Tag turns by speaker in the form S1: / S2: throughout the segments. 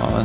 S1: Ja,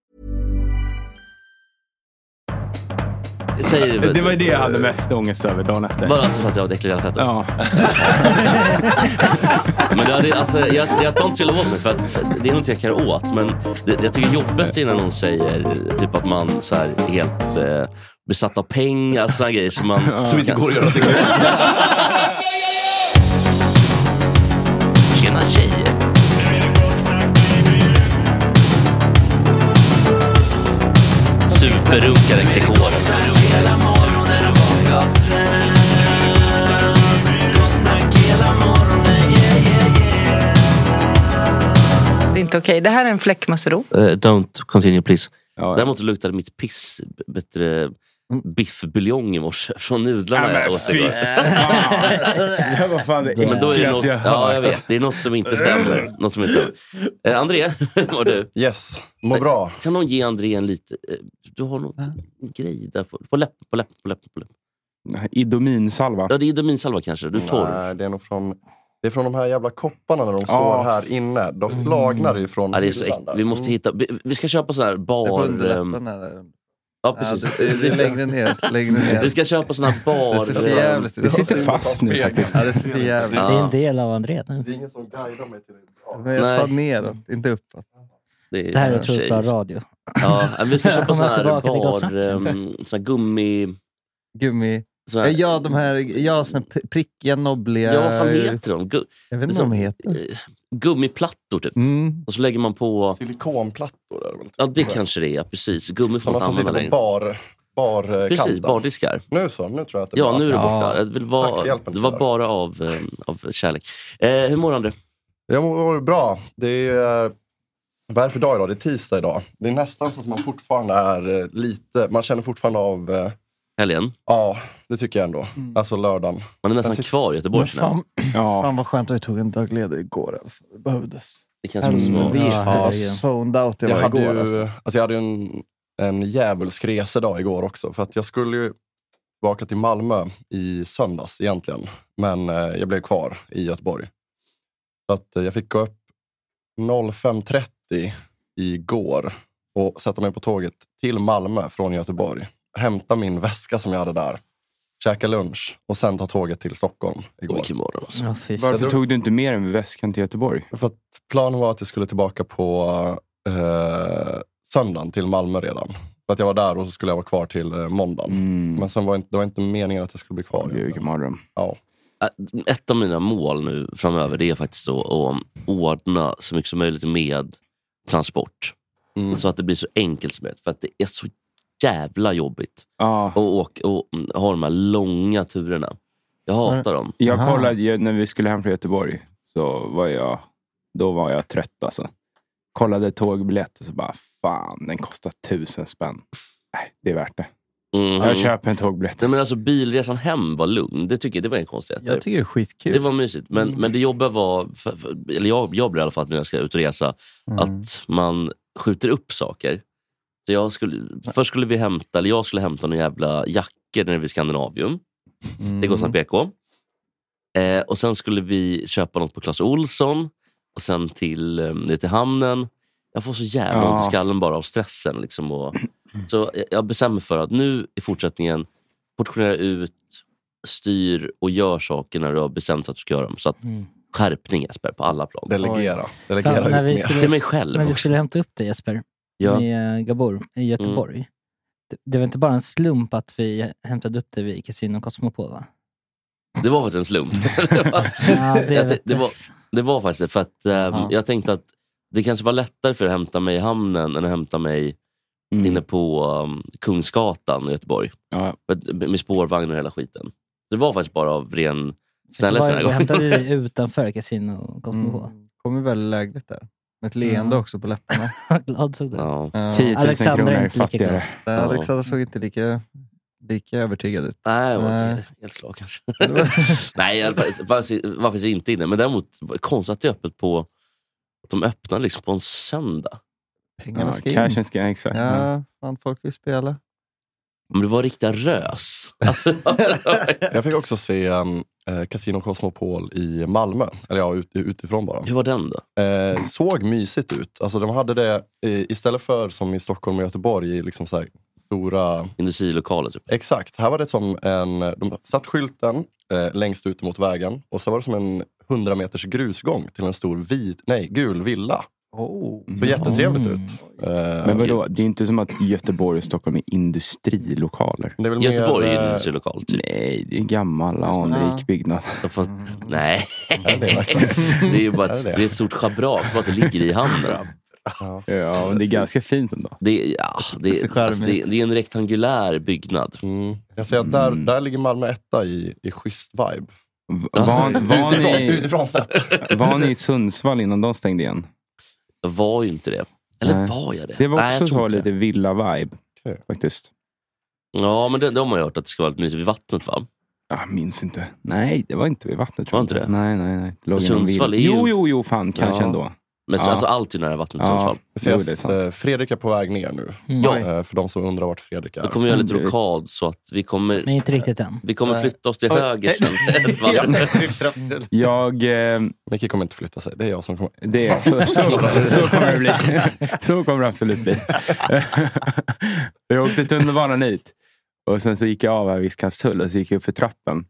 S2: Säg
S3: Det var det jag hade mest ångest över dagen efter.
S2: Bara att du sa att jag var ett äckligt jävla fett.
S3: Ja.
S2: Men det hade, alltså, jag, jag tar inte så illa åt mig för att för det är något jag kan göra åt. Men det, jag tycker jobbigast är när någon säger typ att man så här, är helt eh, besatt av pengar. Sådana grejer som man...
S1: Som inte går att göra någonting
S2: Tjena tjejer! Superrunkaren Gregor.
S4: Det är inte okej. Det här är en fläckmussero.
S2: Eh, don't continue please.
S3: Ja, Mm. ja.
S2: Däremot luktade mitt piss b- bättre biffbuljong i morse från nudlarna jag åt igår.
S3: Ja, vad fan det
S2: Men då är det något,
S3: äckligaste jag
S2: ja,
S3: hört.
S2: jag vet, det är något som inte stämmer. Något som inte stämmer. Eh, André, hur mår du? Eh,
S5: Yes, må bra.
S2: Kan någon ge André en lite... eh, Du har
S3: Äh?
S2: någon grej där på, på läppen, på läppen, på läppen. På läppen.
S3: Idominsalva.
S2: Ja, det är Idominsalva kanske. Du är torr.
S5: Nej, det är nog från... Det är från de här jävla kopparna när de står
S3: Ja.
S5: här inne. De flagnar ju från
S2: Mm. Ja, det är så
S5: hyllan
S2: äck-
S5: där.
S2: vi måste hitta... Vi, vi ska köpa sån här bar... ehm,
S6: eller?
S2: Ja, precis.
S6: Ja, det- det är längre ner. Längre ner.
S2: Vi ska köpa sån här
S6: Det
S2: bar...
S6: ser för jävligt ut.
S3: Det sitter fast nu faktiskt.
S6: Ja, det ser för jävligt
S7: Det är
S2: Ja,
S7: en del av André nu.
S5: Det är ingen som guidar mig till det. Ja.
S6: Men jag sa
S2: Nej.
S6: neråt, inte uppåt.
S2: det, är
S7: Det här är
S2: en
S7: otroligt
S2: tjej.
S7: bra radio.
S1: Mm.
S2: Ja, men vi ska köpa
S7: Kommer
S2: sån här
S7: tillbaka till
S2: bar...
S7: gossar.
S2: ehm, sån här gummi...
S6: Gummi. Eh,
S2: Sån här,
S6: Ja, de här ja, såna här prickiga, nobbliga...
S2: ja, vad fan heter de? Gu,
S6: Jag vet inte
S2: som-
S6: vad de heter.
S2: eh, gummiplattor typ.
S6: Mm.
S2: Och så lägger man på...
S5: Silikonplattor är det väl? typ.
S2: Ja, det kanske det är. ja, Precis. Gummi får man
S5: Sådana
S2: inte
S5: som
S2: använda
S5: sitter på
S2: längre.
S5: bar, barkanten.
S2: Precis, bardiskar.
S5: Nu så, nu tror jag att det
S2: Ja, nu är det
S5: bra.
S2: borta. Det vill vara-
S5: Tack för hjälpen,
S2: det var
S5: killar.
S2: bara av, eh, av kärlek. Eh, hur mår André?
S5: Jag mår bra. Det är, eh, vad är det för dag idag? Det är tisdag idag. Det är nästan så att man fortfarande är eh, lite... Man känner fortfarande av... eh,
S2: Helgen?
S5: Ja, det tycker jag ändå. Alltså lördagen.
S2: Man är nästan
S5: Jag sitter-
S2: kvar i Göteborg. känner jag.
S6: Fan,
S3: Ja.
S6: fan vad skönt att jag tog en dag ledig igår. alltså. Det behövdes.
S2: Det kanske måste vara...
S6: Helvete
S7: Ja.
S6: vad zoned out jag,
S5: Jag
S6: var
S5: hade
S6: igår.
S5: ju,
S6: Alltså.
S5: alltså. jag hade ju en, en djävulsk resedag igår också. För att jag skulle ju tillbaka till Malmö i söndags egentligen. Men eh, jag blev kvar i Göteborg. Så att eh, jag fick gå upp 05.30 igår och sätta mig på tåget till Malmö från Göteborg. Hämta min väska som jag hade där, käka lunch och sen ta tåget till Stockholm
S2: Oj,
S5: igår.
S2: Vilken morgon alltså.
S7: Ja, fy.
S5: Jag
S3: Varför
S5: drog-
S3: tog du inte med dig med väskan till Göteborg?
S5: För att planen var att jag skulle tillbaka på eh, söndagen till Malmö redan. För att jag var där och så skulle jag vara kvar till eh, måndagen.
S3: Mm.
S5: Men sen var inte, det var inte meningen att jag skulle bli kvar.
S3: Gud, vilken mardröm.
S5: ja.
S2: Eh, Ett av mina mål nu framöver det är faktiskt att att ordna så mycket som möjligt med transport.
S5: Mm.
S2: Så att det blir så enkelt som möjligt. För att det är så jävla jobbigt
S3: Ja.
S2: att åka, och mm, ha de här långa turerna. Jag hatar dem.
S3: Jag
S6: Aha.
S3: kollade, ju- när vi skulle hem från Göteborg, så var jag, då var jag trött alltså. Kollade tågbiljetter så bara, fan den kostar tusen spänn. Nej, det är värt det.
S5: Mm.
S2: Mhm.
S3: Jag köper en tågbiljett.
S2: Nej, men alltså, bilresan hem var lugn. Det tycker jag, det var en konstighet.
S6: Jag tycker det är skitkul.
S2: Det var mysigt. Men, men det jobbiga var, för, för, eller jag, jag blir i alla fall när jag ska ut och resa, att man skjuter upp saker. Så jag skulle, först skulle vi hämta, eller jag skulle hämta några jävla jackor nere vid Skandinavium.
S3: Mm.
S2: Det går
S7: Mm.
S2: snart PK. Eh, och sen skulle vi köpa något på Clas Olsson och sen till, eh, ner till hamnen. Jag får så jävla ont
S3: Ja.
S2: i skallen bara av stressen. Liksom, och, så jag- jag bestämmer mig för att nu i fortsättningen portionera ut, styr och gör saker när du har bestämt att du ska göra dem. Så att
S7: Mm.
S2: skärpning Jesper, på alla plan.
S5: Delegera. Delegera
S7: Fan, när,
S5: ut
S7: vi
S5: mer.
S7: skulle,
S2: Till mig själv
S7: när vi
S2: också.
S7: skulle hämta upp dig Jesper,
S2: ja. Mm.
S7: med eh, Gabor i Göteborg. Det, det var inte bara en slump att vi hämtade upp dig vid Casino Cosmopol va?
S2: Det var faktiskt en slump. det, var,
S7: Ja, det
S2: jag,
S7: vet
S2: tänkte- det,
S7: jag.
S2: var, det var faktiskt det, för att ehm, jag tänkte att det kanske var lättare för er att hämta mig i hamnen än att hämta mig inne på ehm, Kungsgatan i Göteborg.
S3: Mm. Ja.
S2: För att- Med, med spårvagn och hela skiten. Det var faktiskt bara av ren snällhet den här
S7: Vi
S2: gången.
S7: hämtade dig utanför Casino Cosmopol.
S6: Mm. Kommer väldigt lägligt där. Med ett leende
S7: Mm.
S6: också på läpparna.
S7: Vad glad såg du ut.
S2: Ja.
S6: Ja.
S3: 10 000
S7: Alexander är
S3: kronor
S7: inte lika
S3: fattigare.
S6: Nej, Alexander såg inte lika, lika övertygad ut.
S2: Nej, jag var
S6: Nej.
S2: inte helt slag kanske. Nej, jag var- var var faktiskt inte inne. Men däremot var det konstigt att det är öppet på... Att de öppnar liksom på en söndag.
S6: Pengarna
S3: Ja,
S6: ska in.
S3: cashen ska, exakt. Ja.
S6: Ja, fan, folk vill spela.
S2: Men det var riktiga rös. Alltså,
S5: Jag fick också se um, eh, Casino Cosmopol i Malmö. Eller ja, ut, utifrån bara.
S2: hur var den då?
S5: Eh, såg mysigt ut. Alltså de hade det eh, istället för som i Stockholm och Göteborg, i liksom så här stora
S2: Industrilokaler typ.
S5: Exakt. Här var det som en... De satt skylten eh, längst ut mot vägen och så var det som en 100 meters grusgång till en stor vit, nej, gul villa.
S6: Oh.
S2: Mm.
S5: Det såg jättetrevligt ut. Eh,
S3: Men vadå, det är inte som att Göteborg och Stockholm är industrilokaler.
S5: det är väl
S2: Göteborg är
S5: mer,
S2: en
S5: eh,
S2: industrilokal typ.
S3: Nej, Mm. det är en gammal anrik byggnad.
S2: Fast, nej,
S5: är det verkligen?
S2: det är ju bara ett,
S5: Är det det?
S2: det är ett stort schabrak bara att det ligger i hamnen.
S3: Ja, men det är ganska fint ändå.
S2: Det, är- ja,
S6: Det
S2: det,
S6: är
S2: är-
S6: så
S2: alltså, det, är- det är en rektangulär byggnad.
S5: Mm. Jag ser att där, där ligger Malmö etta i, i schysst vibe.
S3: V- Var, var,
S5: Utifrån,
S3: ni,
S5: utifrån sett.
S3: var ni i Sundsvall innan de stängde igen?
S2: Jag var ju inte det. Eller
S3: Nej.
S2: var jag det?
S3: Det var
S2: Nej, jag
S3: också
S2: tror
S3: så
S2: inte det.
S3: lite villa-vibe
S5: Okej.
S3: faktiskt.
S2: Ja, men det, det har man ju hört att det ska vara lite mysigt vid vattnet va?
S3: Jag Ah, minns inte. Nej, det var inte vid vattnet.
S2: Var inte det?
S3: Nej, nej, nej. Det låg i någon
S2: Sundsvall är
S3: vill-
S2: ju...
S3: Jo, jo, jo, fan kanske
S2: Ja.
S3: ändå.
S2: Men
S3: Ja.
S2: alltså allt är nära vattnet i Sundsvall.
S3: Jo, det är
S5: Precis.
S3: sant.
S5: Eh, Fredrik är på väg ner nu.
S2: Mm. Ja.
S5: Eh, För de som undrar vart Fredrik är.
S2: Då kommer jag göra lite rokad så att vi kommer...
S7: Men inte riktigt än.
S2: Vi kommer
S5: Nej.
S2: flytta oss till
S5: Oj.
S2: höger sen. Ett varv.
S5: varv.
S3: Jag... Eh,
S5: Micke kommer inte flytta sig. Det är jag som kommer.
S3: Det är, så, så, så kommer det bli. Så kommer det absolut bli. Jag åkte tunnelbanan hit. Och sen så gick jag av här vid Skanstull och så gick jag upp för trappen.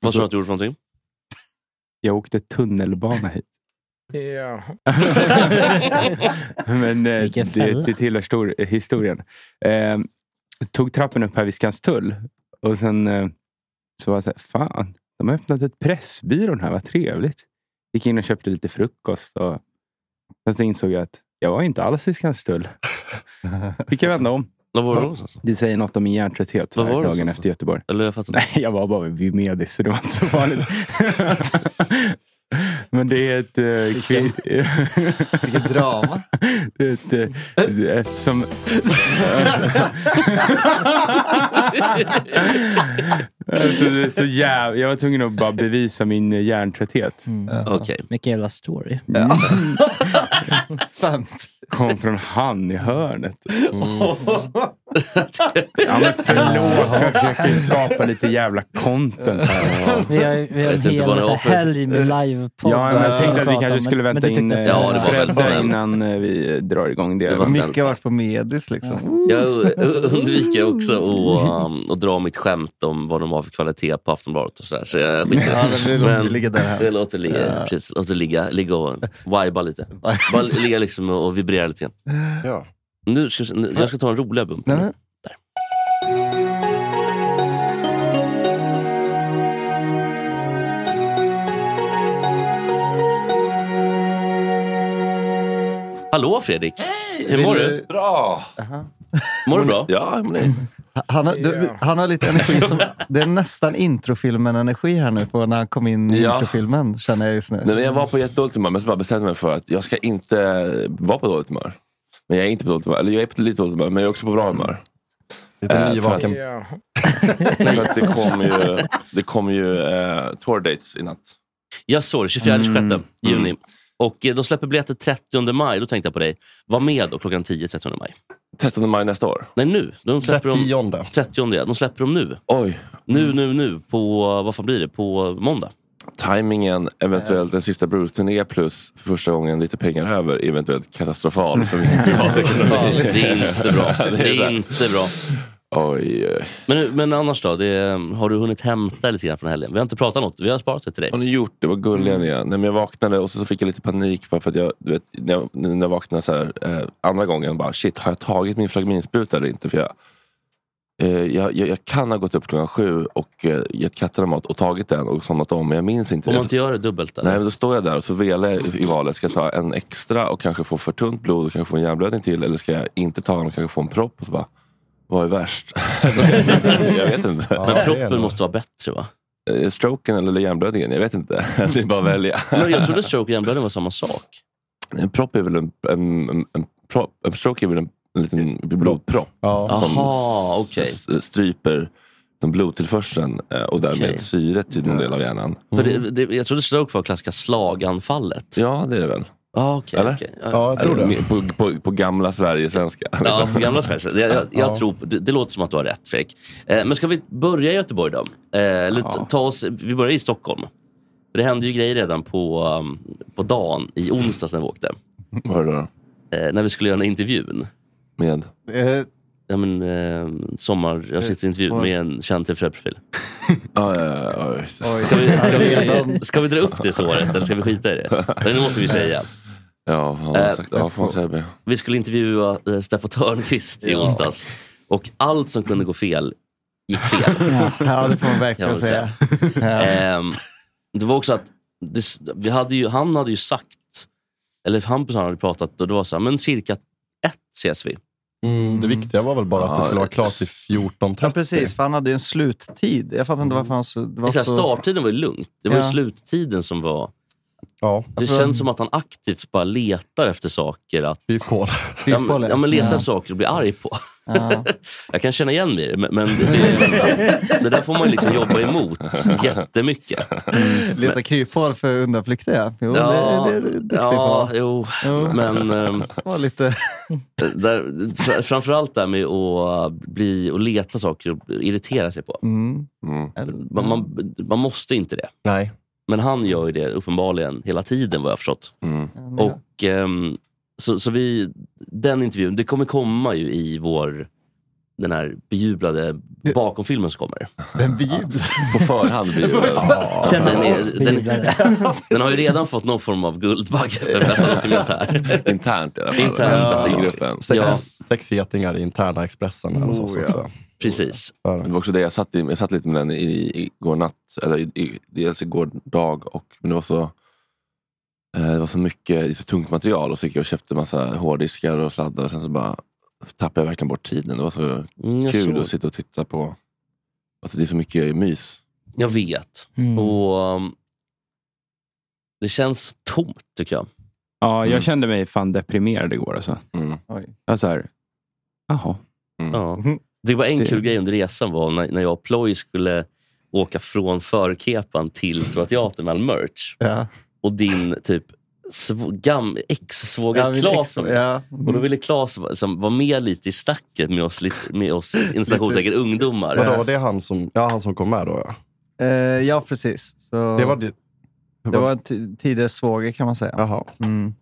S2: Vad sa du att du gjorde för någonting?
S3: Jag åkte tunnelbana hit. Men eh,
S7: Vilken
S3: det,
S7: fälla.
S3: det tillhör stor, eh, historien. Eh, tog trappen upp här vid Skanstull. Och sen eh, så var jag så här, fan, de har öppnat ett Pressbyrån här, vad trevligt. Gick in och köpte lite frukost. Och sen så insåg jag att jag var inte alls i Skanstull. Fick jag vända om.
S2: Vad var det då? någonstans?
S3: Det säger något om min hjärntrötthet så
S2: Vad var
S3: här
S2: det
S3: dagen
S2: som-
S3: efter Göteborg.
S2: Eller jag fattar inte.
S3: Nej, jag var bara vid Medis, så det var inte så farligt. Men det är ett... Eh, kvi...
S6: Vilket drama.
S3: det är ett eh, det- eftersom... Alltså, det är så jäv... Jag var tvungen att bara bevisa min eh, hjärntrötthet.
S2: Okej.
S7: Vilken jävla story.
S6: Fan.
S3: Kom från han i hörnet. Ja, men förlåt, jag försöker skapa lite jävla content här.
S7: Vi har, vi har
S2: Jag vet
S7: en
S2: inte
S7: hel
S2: vad det var för-
S7: helg med livepoddar.
S3: Ja, men jag
S7: att
S3: tänkte att vi
S7: prata om,
S3: kanske skulle
S7: men- men
S3: vänta
S7: du
S3: in eh,
S7: tyckte att det var-
S2: Ja, det var väldigt
S3: Fredde
S2: snällt.
S3: innan eh, vi eh, drar igång det.
S2: Det var snällt.
S6: Micke har varit på Medis liksom.
S2: Jag u- u- undviker också att um, att dra mitt skämt om vad de har för kvalitet på Aftonbladet. Och sådär, så jag skiter i
S6: Ja, det blir- låter ligga där här.
S2: Det låter ligga, precis, låter ligga, ligga och viba lite. Bara ligga liksom och och vibrera lite grann.
S5: Ja.
S2: Nu ska, nu, jag ska ta en roligare bump.
S6: Nej, men-
S2: Där. Hallå Fredrik! Hur mår du?
S1: Bra!
S2: Mår du bra?
S1: Ja, men det...
S6: Han har, du, han har lite energi som... Det är nästan introfilmen-energi här nu på när han kom in i
S1: Ja.
S6: introfilmen, känner jag just nu.
S1: Nej, men jag var på jättedåligt humör, men så bara bestämde jag mig för att jag ska inte vara på dåligt humör. Men jag är inte på dåligt humör. Eller jag är på lite dåligt humör, men jag är också på bra humör.
S5: Lite
S1: Eh,
S5: nyvaken.
S1: För att det kom ju, det kom ju eh, tour dates i natt.
S2: Jag såg det, 24
S3: Mm.
S2: 26 juni. Och eh, de släpper biljetter 30 maj. Då tänkte jag på dig. Var med då klockan 10 30 maj.
S1: 13 maj nästa år.
S2: Nej, nu. De släpper dem
S5: 30.
S2: 30 ja. De släpper dem nu.
S1: Oj,
S2: Nu, nu, nu. På, vad fan blir det? På måndag.
S1: timingen, eventuellt en sista Bruce-turné plus för första gången lite pengar över är eventuellt katastrofal för min privatekonomi.
S2: Det är inte bra. Det
S1: så
S2: är
S1: här.
S2: inte bra.
S1: Oj, oj.
S2: Men, nu- men annars då? Det, är- har du hunnit hämta lite grann från helgen? Vi har inte pratat något. Vi har sparat det till dig.
S1: Har ni gjort det? Vad gulliga
S2: Mm.
S1: ni är. Nej, men jag vaknade och så, så fick jag lite panik. Bara för att jag, du vet, när, jag, när jag vaknade så här, eh, andra gången, bara, shit, har jag tagit min flagminspruta eller inte? För jag, eh, jag, jag, jag kan ha gått upp klockan sju och eh, gett katterna mat och tagit den och somnat om, men jag minns inte
S2: Om
S1: det.
S2: man inte gör det dubbelt.
S1: Nej, men
S2: Eller?
S1: då står jag där och så velar jag i i valet. Ska jag ta en extra och kanske få för tunt blod och kanske få en hjärnblödning till? Eller ska jag inte ta den och kanske få en propp? Och så bara, vad är värst? jag vet inte.
S5: Ja, det
S2: Men
S5: är
S2: proppen
S5: nog-
S2: måste vara bättre va?
S1: Eh, Stroken eller hjärnblödningen? Jag vet inte. Det är bara att välja.
S2: Men jag trodde stroke och hjärnblödning var samma sak.
S1: En propp är väl en, en, en, en, propp, en stroke är väl en, en liten blodpropp
S5: Ja.
S1: som
S2: Aha, okej.
S1: s- stryper den blodtillförseln eh, och därmed
S2: Okej.
S1: syret till någon del av hjärnan.
S2: För det, det, jag trodde stroke var att klassiska slaganfallet.
S1: Ja, det är det väl.
S2: Ah, okej,
S1: Eller?
S2: okej.
S5: Ja, jag tror det.
S1: På, på, på gamla Sverige-svenska.
S2: Ja,
S1: liksom.
S2: för gamla Sverige. Jag, jag, jag tror, på- det, det låter som att du har rätt Fredrik. Eh, men ska vi börja i Göteborg då? Eh, eller ta- ta oss, vi börjar i Stockholm. För Det hände ju grejer redan på, um, på dagen i onsdags när vi åkte.
S1: Vad är det då?
S2: Eh, när vi skulle göra den här intervjun.
S1: Med?
S6: Eh,
S2: Ja, men, eh, sommar, jag sitter i intervju med en känd TV4-profil.
S1: Ja, ja, ja, ja, just det.
S6: oj.
S2: Ska vi, ska, vi,
S6: Redan.
S2: ska vi dra upp det såret eller ska vi skita i det? Men Det måste vi säga.
S1: ja, fan,
S2: Eh,
S1: sagt, ja, fan, Sebbe.
S2: Vi skulle intervjua eh, Steffo Törnqvist i onsdags. Och allt som kunde gå fel gick fel.
S6: Ja, det får man
S2: Kan
S6: verkligen
S2: man säga.
S6: säga. Ja.
S2: Ehm, det var också att det, vi hade ju, han hade ju sagt, eller Hampus och han hade pratat och det var så här, men cirka ett ses vi.
S5: Mm, det viktiga var väl bara att det skulle vara klart till 14.30.
S6: Ja, precis. För han hade ju en sluttid. Jag fattar inte varför han... Så, det var
S2: Så här,
S6: så...
S2: starttiden var ju lugnt. Det var ju
S6: Alltså- Ja.
S2: sluttiden som var...
S5: Ja,
S2: Det känns som att han aktivt bara letar efter saker att
S5: vi är på det.
S2: ja, men-
S6: på det.
S2: ja, men letar
S6: Ja.
S2: efter saker att bli arg på. Jag kan känna igen mig i det, men, men det, det där får man liksom jobba emot jättemycket.
S6: Leta kryphål för undanflykter, ja. Jo,
S2: Ja,
S6: det, det, det är du duktig
S2: ja
S6: på.
S2: jo. men ehm,
S6: Var lite...
S2: där, fr- framförallt det här med att bli och leta saker och irritera sig på.
S6: Mm.
S1: Mm.
S2: Man, man, man måste inte det.
S5: Nej.
S2: Men han gör ju det uppenbarligen hela tiden vad jag har förstått.
S1: Mm.
S2: Och, ehm, så, så vi, den intervjun, det kommer komma ju i vår den här bejublade bakomfilmen som kommer.
S6: Den bejublade.
S1: På förhand blir det väl...
S7: Den
S2: Den
S7: av
S2: är-
S7: oss
S2: den är-
S7: bejublade.
S2: Den har ju redan fått någon form av guldbagge för bästa dokumentär.
S1: Internt i alla fall.
S2: Internt, bästa
S1: I
S2: grupp.
S1: gruppen.
S5: Sex,
S2: Ja.
S5: sex getingar i interna Expressen. Eller så, så, så.
S2: Precis.
S1: Oh, Det var också det jag satt, i, jag satt lite med den i, i, igår natt, eller i, i, dels igår dag, och, men det var så eh, det var så mycket, det är så tungt material och så gick jag och köpte massa hårddiskar och sladdar och sen så bara tappade jag verkligen bort tiden. Det var så
S2: Mm, jag,
S1: kul
S2: såg.
S1: att sitta och titta på. Alltså det är så mycket mys.
S2: jag vet.
S7: Mm.
S2: Och um, Det känns tomt tycker jag.
S3: Ja, jag
S1: Mm.
S3: kände mig fan deprimerad igår. Alltså.
S1: Mm.
S3: Jag var så här, jaha.
S2: Ja.
S6: Mhm.
S2: Det var en
S3: Det-
S2: kul grej under resan var när, när jag och Ploy skulle åka från förkepan till Stora Teatern med all merch.
S6: Ja.
S2: Och din typ sv- gam-
S6: Ja,
S2: ex-svåger
S6: min
S2: Claes
S6: ex-
S2: var med.
S6: ja.
S2: Och då ville Claes va- liksom, vara med lite i snacket med oss, lite, med oss inom citationstecken, ungdomar.
S5: Vadå, det är han som, ja, han som kom med då? Ja.
S6: Eh, ja, precis. Så
S5: Det var det.
S6: det var en ti- tidigare svåger kan man säga.
S5: Jaha.
S6: Mm.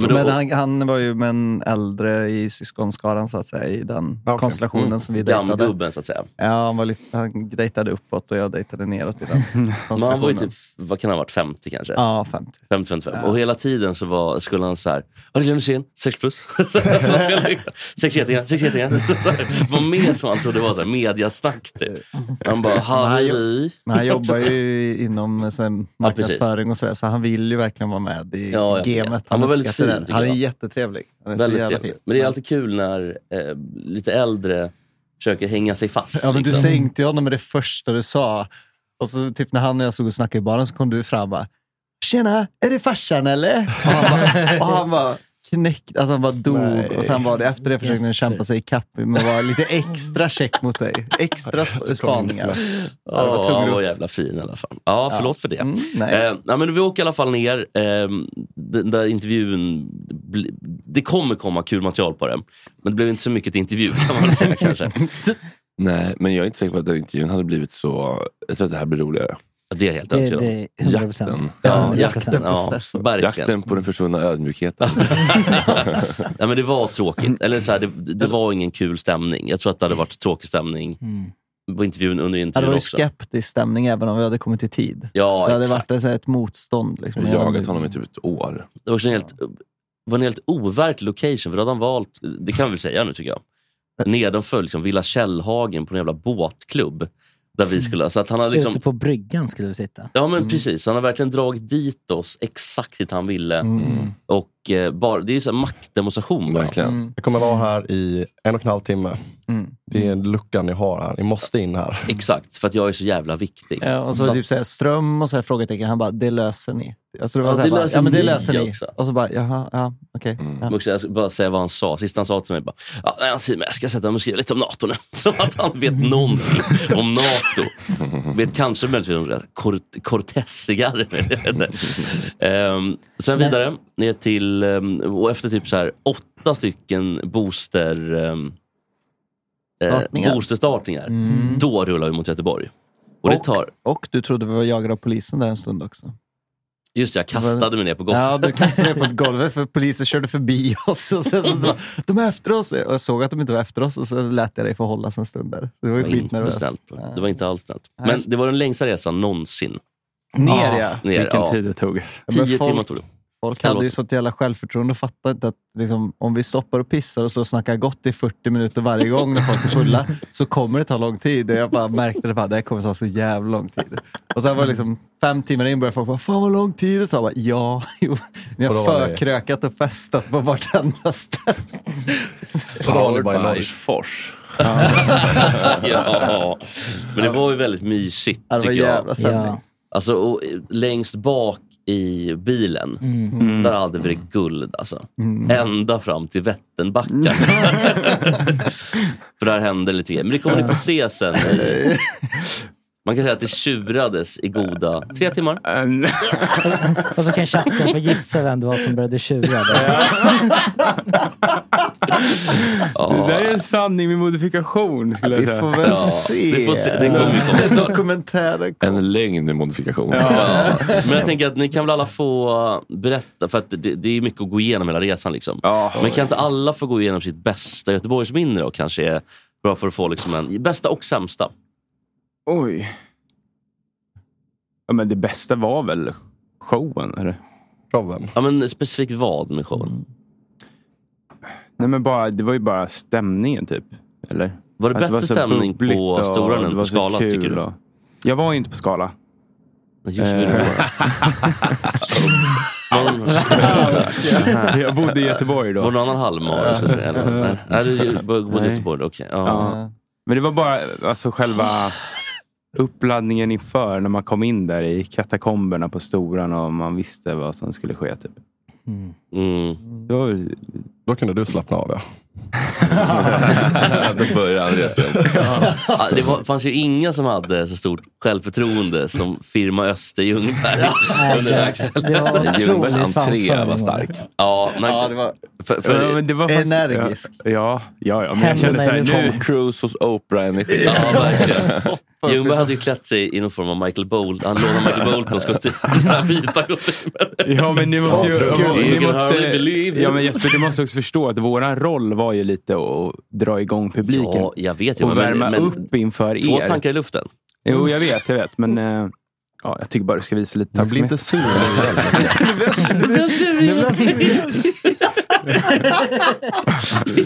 S2: Men
S6: Men,
S2: då-
S6: han, han var ju men äldre i syskonskaran så att säga, i den
S5: Okej.
S6: konstellationen
S5: Mm.
S6: som vi dejtade.
S2: Gamgubben så att säga.
S6: Ja, han, var lite, han dejtade uppåt och jag dejtade neråt i den
S2: Men han var ju
S6: konstellationen.
S2: typ, vad kan han ha varit, 50 kanske?
S6: Ja, 50.
S2: 50, 55. Och hela tiden så var, skulle han så här, "Ja, det glömde se en, 6 plus. Så han skulle liksom, sex getingar, sex getingar. Så här, Var med som han trodde var så här, mediasnack typ. Han bara, haveri.
S6: Men han jobbar ju inom så här, marknadsföring och sådär, så han vill ju verkligen vara med i
S2: Ja, jag vet.
S6: gamet.
S2: Han var väldigt
S6: uppskattar
S2: fin,
S6: det.
S2: tycker
S6: Han är
S2: jag.
S6: jättetrevlig. Han är så
S2: Väldigt
S6: jävla
S2: trevligt.
S6: fin.
S2: Men det är alltid kul när eh, lite äldre försöker hänga sig fast.
S6: Ja, men du
S2: liksom.
S6: sänkte inte honom med det första du sa. Och så typ när han och jag såg och snackade i baren så kom du fram och bara “Tjena, är det farsan eller?” Och han bara, och han bara knäckt, alltså han bara dog.
S5: Nej.
S6: Och sen var det, efter det försökte han
S7: Yes.
S6: kämpa sig ikapp med att vara lite extra check mot dig. Extra sp- spaningar.
S2: Ja,
S6: det var tungrot.
S2: han var jävla fin i alla fall. Ja, förlåt för det.
S6: Mm, nej.
S2: Eh, nej, men vi åker i alla fall ner. Eh, den där intervjun, bli- det kommer komma kul material på den. Men det blev inte så mycket till intervju kan man väl säga kanske.
S1: Nej, men jag är inte säker på att den intervjun hade blivit så... Jag tror att det här blir roligare.
S2: Det är jag helt
S7: Det,
S2: övertygad om.
S7: det är 100 procent.
S1: Jakten.
S2: Ja,
S7: 100%.
S2: jakten. Ja,
S6: Precis.
S2: verkligen.
S1: Jakten på den försvunna ödmjukheten.
S2: Ja, men det var tråkigt. Eller så här, det, det var ingen kul stämning. Jag tror att det hade varit tråkig stämning
S7: Mm.
S2: på intervjun under
S6: Ja, Det
S2: intervjun
S6: var ju
S2: också.
S6: skeptisk stämning även om vi hade kommit i tid.
S2: Ja,
S6: det hade
S2: exakt.
S6: varit så här ett motstånd.
S1: Jag
S6: Liksom.
S1: har jagat honom i typ ett år.
S2: Det var, också en helt, var en helt overklig location, för då hade han valt, det kan vi väl säga nu tycker jag, nedanför liksom Villa Källhagen på en jävla båtklubb. Där vi skulle, så att han hade liksom,
S7: Ute på bryggan skulle vi sitta.
S2: ja men
S6: Mm.
S2: precis, han har verkligen dragit dit oss exakt dit han ville.
S6: Mm.
S2: Och eh, bara, Det är ju en maktdemonstration. bara.
S1: Verkligen.
S6: Mm.
S5: Jag kommer vara här i en och en halv timme.
S6: Mm.
S5: Det är en lucka ni har här. Ni måste in här.
S2: Exakt, för att jag är så jävla viktig.
S6: Ja, och så,
S2: Så-
S6: typ så här, ström och så här, frågetecken. Han bara, det löser ni. Alltså, det var
S2: Ja,
S6: så
S2: det
S6: här, bara,
S2: löser
S6: ja, men det
S2: ni
S6: löser ni.
S2: också. Mm.
S6: Och så bara, jaha, ja, okej.
S2: Men också, Jag ska bara säga vad han sa. Sist han sa till mig, bara, ja, nej, han säger, men jag ska sätta mig och skriva lite om NATO nu. Som att han vet
S6: Mm.
S2: någonting om NATO. Vet kanske möjligtvis om det. Cort- Cortez-cigarrer. jag vet inte. Ehm, sen vidare, ner till, ehm, och efter typ så här, åtta stycken booster, ehm,
S6: Startningar. Mm.
S2: Eh, boosterstartningar, då rullar vi mot Göteborg. Och det tar,
S6: Och, och du trodde vi var jagade av polisen där en stund också.
S2: just det, jag kastade mig ner på golvet.
S6: Ja, du kastade ner på ett golvet för polisen körde förbi oss. Och sen så, bara, de är efter oss. Och jag såg att de inte var efter oss och så lät jag dig förhållas en stund där. Så du var
S2: Det
S6: ju Eh,
S2: var inte
S6: skitnervös.
S2: snällt.
S6: Ja.
S2: Det var inte alls snällt.
S6: Nej,
S2: Men
S6: så-
S2: det var den längsta resan någonsin.
S6: Ner ja.
S2: Ner,
S3: Vilken
S2: ja.
S3: tid det tog. alltså.
S6: Men
S2: Tio
S6: folk-
S2: timmar tog det.
S6: Folk
S2: Kan
S6: hade ju
S2: låta.
S6: sånt jävla självförtroende och fattade inte att liksom, om vi stoppar och pissar och står och snackar gott i 40 minuter varje gång när folk är fulla så kommer det ta lång tid. Och jag bara märkte det, bara, det här kommer ta så jävla lång tid. Och sen var det liksom fem timmar in började folk bara, fan vad lång tid det tar. Jag bara, ja, jo, ni
S5: Och
S6: har
S5: då var det-
S6: förkrökat och festat på vartenda ställe.
S5: Powered by Norge.
S1: Fors.
S2: ja. Men det var ju väldigt mysigt
S6: Ja, Det var
S2: tycker jag.
S6: jävla stämning.
S7: Ja.
S2: Alltså, och eh, längst bak i bilen.
S8: Mm.
S2: Där hade vi det guld alltså.
S8: Mm.
S2: Ända fram till Vätternbacken. För där hände lite grejer. Men det kommer ni få se sen. Man kan säga att det tjurades i goda tre timmar.
S3: Mm.
S7: Och så kan chatten få gissa vem det var som började tjura.
S3: Det där är en sanning med modifikation. Skulle jag
S6: Vi
S3: säga.
S6: får väl se.
S2: vi får se. Det kommer ju komma snart.
S6: Dokumentären
S1: En lögn med modifikation.
S2: Ja. Men jag tänker att ni kan väl alla få eh, berätta, för att det, det är mycket att gå igenom hela resan. Liksom. Men kan inte alla få gå igenom sitt bästa Göteborgsminne och kanske är bra för att få liksom en bästa och sämsta?
S3: Oj. Ja, men det bästa var väl showen? Eller?
S5: Showen?
S2: Ja, men specifikt vad med showen?
S3: Nej, men bara, det var ju bara stämningen typ. Eller?
S2: Var det
S3: Att
S2: bättre
S3: så
S2: stämning på
S3: bubbligt och
S2: Storan
S3: det
S2: än på
S3: var så
S2: Skala,
S3: kul
S2: tycker du?
S3: och- Jag var ju inte på Skala.
S2: Just det,
S3: Eh.
S2: det var
S3: jag bodde i Göteborg då.
S2: Var det någon annan halvmare? så att säga, eller något? Nej. Nej, du bodde i
S3: Nej.
S2: Göteborg. Okej.
S3: Ja. Men det var bara alltså, själva uppladdningen inför när man kom in där i katakomberna på Storan och man visste vad som skulle ske. Typ.
S2: Mm.
S3: Då,
S5: då kunde du slappna av ja.
S1: Då börjar Andreas igen.
S2: Ja, det var, fanns ju inga som hade så stort självförtroende som firma Öster Ljungberg
S1: Nej,
S2: under den här
S1: det- det var
S2: kvällen.
S1: otrolig Ljungbergs entré var svansföring. stark.
S2: Ja, men,
S1: Ja,
S2: det
S6: var,
S2: för, för,
S3: Ja, men det var fakt- Ja, ja, ja, ja men jag kände så här, nu,
S1: Tom Cruise hos Oprah-energi.
S2: Ja, verkligen. Ljungberg hade ju klätt sig i någon form av Michael Bolt. Han lånade Michael Boltons kostym. Den här vita kostymen.
S3: Ja men ni måste ju... Ni
S2: Hardly
S3: måste,
S2: believe it.
S3: ja, men Jesper, du måste också förstå att våran roll var ju lite att dra igång publiken.
S2: Ja, jag vet ju,
S3: Och
S2: men-
S3: värma
S2: men-
S3: upp inför er.
S2: Två tankar i luften.
S3: Jo, jag vet, jag vet. Men eh, ja, jag tycker bara du ska visa lite
S5: Jag blir inte
S3: tacksamhet.
S5: sur nu igen.
S2: Det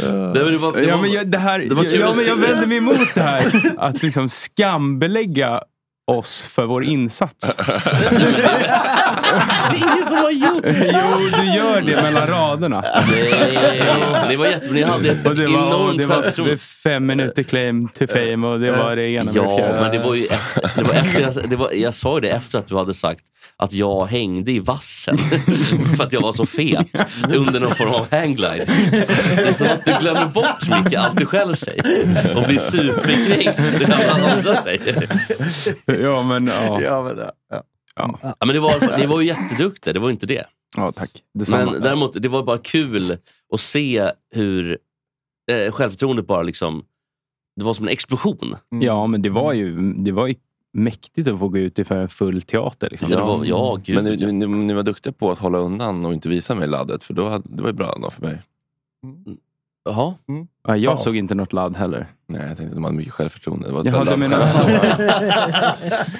S2: var- det var- det
S3: ja,
S2: var-
S3: men jag, det här,
S2: det var kul
S3: ja,
S2: att
S3: men jag
S2: se.
S3: vänder mig emot det här. Att liksom skambelägga oss för vår insats.
S2: Det är ingen som har gjort
S3: Jo, du gör det mellan raderna.
S2: Nej, det var jättebra. Ni hade ett
S3: Och det var, och
S2: enormt
S3: det var
S2: självförtroende.
S3: fem minuter claim to fame och det var det ena med det
S2: Ja,
S3: fjärde.
S2: men det var ju efter, det var efter jag, det var, jag sa ju det efter att du hade sagt att jag hängde i vassen för att jag var så fet under någon form av hangglide. Det är som att du glömmer bort mycket allt du själv säger och blir superkränkt för det alla andra säger.
S3: Ja, men ja.
S6: Ja, men, ja.
S2: Ja, men det, var, det var ju jätteduktiga, det var ju inte det.
S3: Ja, tack. Detsamma.
S2: Men däremot, det var bara kul att se hur eh, självförtroendet bara liksom... Det var som en explosion.
S3: Ja, men det var ju, det var ju mäktigt att få gå ut inför en full teater. Liksom.
S2: Ja, det var- ja, gud.
S1: Men ni, ni, ni var duktiga på att hålla undan och inte visa mig laddet, för då hade, det var ju bra ändå för mig.
S2: Jaha.
S3: Ja, jag
S1: Ja.
S3: såg inte något ladd heller.
S1: Nej, jag tänkte att de hade mycket självförtroende. Det var
S3: Jaha, du menar så.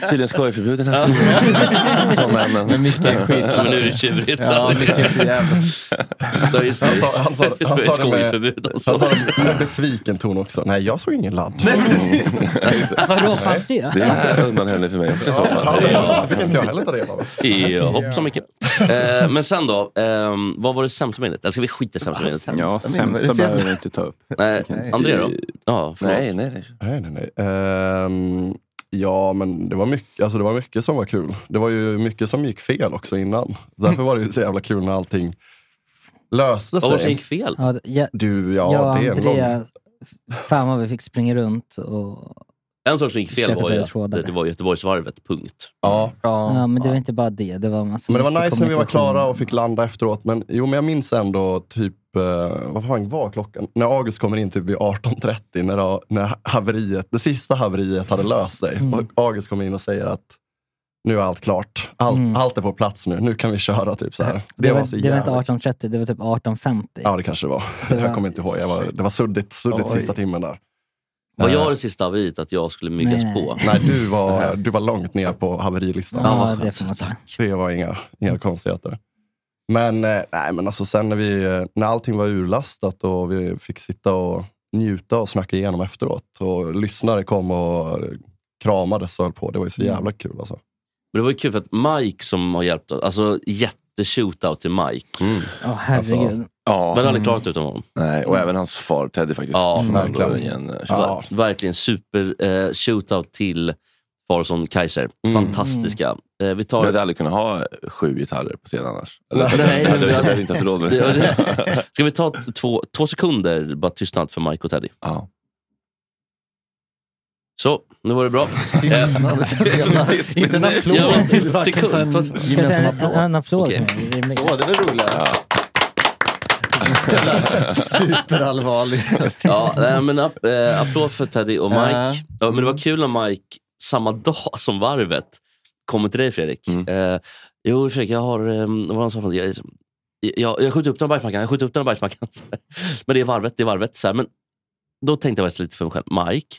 S1: Tydligen skojförbjuden här. Sådana ämnen.
S6: Men mycket är skit.
S2: Ja, men nu är det tjurigt. så
S6: Ja,
S2: att-
S6: mycket är så jävla...
S2: Ja, just det.
S5: Han sa, han sa, han sa det med,
S2: Skojförbud alltså.
S5: han sa det med besviken ton också. Nej, jag såg ingen ladd.
S7: Vadå, fanns det?
S1: Det är undanhöll för mig också i så fall.
S5: Ja, fick inte jag heller ta del av.
S2: Ja, hopp så mycket. Eh, men sen då, ehm, vad var det sämsta minnet? Eller ska vi skita i sämsta minnet?
S3: Ja,
S6: Sämsta minne.
S3: sämsta
S6: Det är
S3: behöver vi inte ta upp.
S2: Nej, André då? Ja, förlåt.
S1: Nej, nej, nej.
S5: Nej, nej, nej. Ehm, ja, men det var, mycket, alltså det var mycket som var kul. Det var ju mycket som gick fel också innan. Därför var det ju så jävla kul när allting löste
S2: Vad var det som
S5: sig.
S2: gick fel?
S7: Ja, jag,
S5: Du, ja,
S7: jag och
S5: det är en lång...
S7: Andrea, fan vad vi fick springa runt. Och,
S2: En sak som gick fel
S7: Försöker
S2: var ju
S7: börja
S2: att
S7: trådar.
S2: det var Göteborgsvarvet, punkt.
S5: Ja.
S7: ja, men det var inte bara det. Det var massa
S5: Men det var nice när vi var
S7: kommunikation.
S5: klara och fick landa efteråt. Men jo, men jag minns ändå typ, eh, vad fan var klockan? När August kommer in typ vid 18.30, när, det- när haveriet, det sista haveriet hade löst sig.
S7: Mm.
S5: Och August kommer in och säger att nu är allt klart. Allt,
S7: Mm.
S5: allt är på plats nu. Nu kan vi köra. Typ så här. Det,
S7: Det var,
S5: var så
S7: det var inte
S5: jävla
S7: 18.30, det var typ 18.50.
S5: Ja, det kanske det var.
S7: Det var-
S5: Jag kommer inte ihåg. Jag var, det var suddigt, suddigt
S6: Oj.
S5: sista timmen där.
S2: Var
S5: Eh,
S2: jag det sista haveriet att jag skulle myggas
S7: Nej.
S2: på?
S5: Nej, du var, du var långt ner på liksom, haverilistan.
S7: Ja,
S2: vad
S7: det
S5: Alltså.
S7: får man säga.
S5: Det var inga, inga konstigheter. Men, eh, nej, men alltså, sen när, vi, eh, när allting var urlastat och vi fick sitta och njuta och snacka igenom efteråt. Och lyssnare kom och kramades och höll på. Det var ju så jävla kul. Alltså.
S2: Men det var ju kul för att Mike som har hjälpt oss, alltså jätte-shootout till Mike.
S7: Ja,
S5: Alltså,
S7: herregud.
S1: Ja.
S2: Men det hade klarat utan honom.
S1: Nej, och även hans far Teddy faktiskt.
S2: Ja,
S1: Som
S5: verkligen.
S1: var en, eh,
S5: Ja.
S2: Verkligen super eh, shootout till Farsson Kaiser.
S1: Mm.
S2: Fantastiska. Eh, vi
S1: Vi
S2: tar...
S1: hade aldrig kunnat ha sju gitarrer på scen annars. Eller,
S2: Nej,
S1: nej,
S2: men vi
S1: jag
S2: hade-
S1: hade inte haft råd med
S2: Ja, det-
S1: det.
S2: Ska vi ta t- två, två sekunder bara tystnad för Mike och Teddy?
S1: Ja.
S2: Så, nu var det bra.
S6: Tystnad, det känns jävla- Inte en applåd.
S5: typ.
S2: Ja, en tyst
S6: Varken
S2: sekund.
S6: ta en
S2: Ta en-
S7: Ska vi ta
S6: gemensam
S7: en,
S6: applåd.
S7: en applåd?
S2: Okej.
S7: nu? Det är rimligt.
S6: Åh, det var roligare. Superallvarlig.
S2: Ja, nej, men app, eh, applåd för Teddy och Mike.
S6: Ja.
S2: Ja, men det var kul om Mike samma dag som varvet kommer till dig Fredrik.
S1: Mm.
S2: Eh, jo Fredrik, jag har... Eh, vad var han sa för något? jag, jag, jag skjuter upp den här bajsmackan, jag skjuter upp den här bajsmackan. Så här. Men det är varvet, det är varvet. Så här, men då tänkte jag faktiskt lite för mig själv. Mike,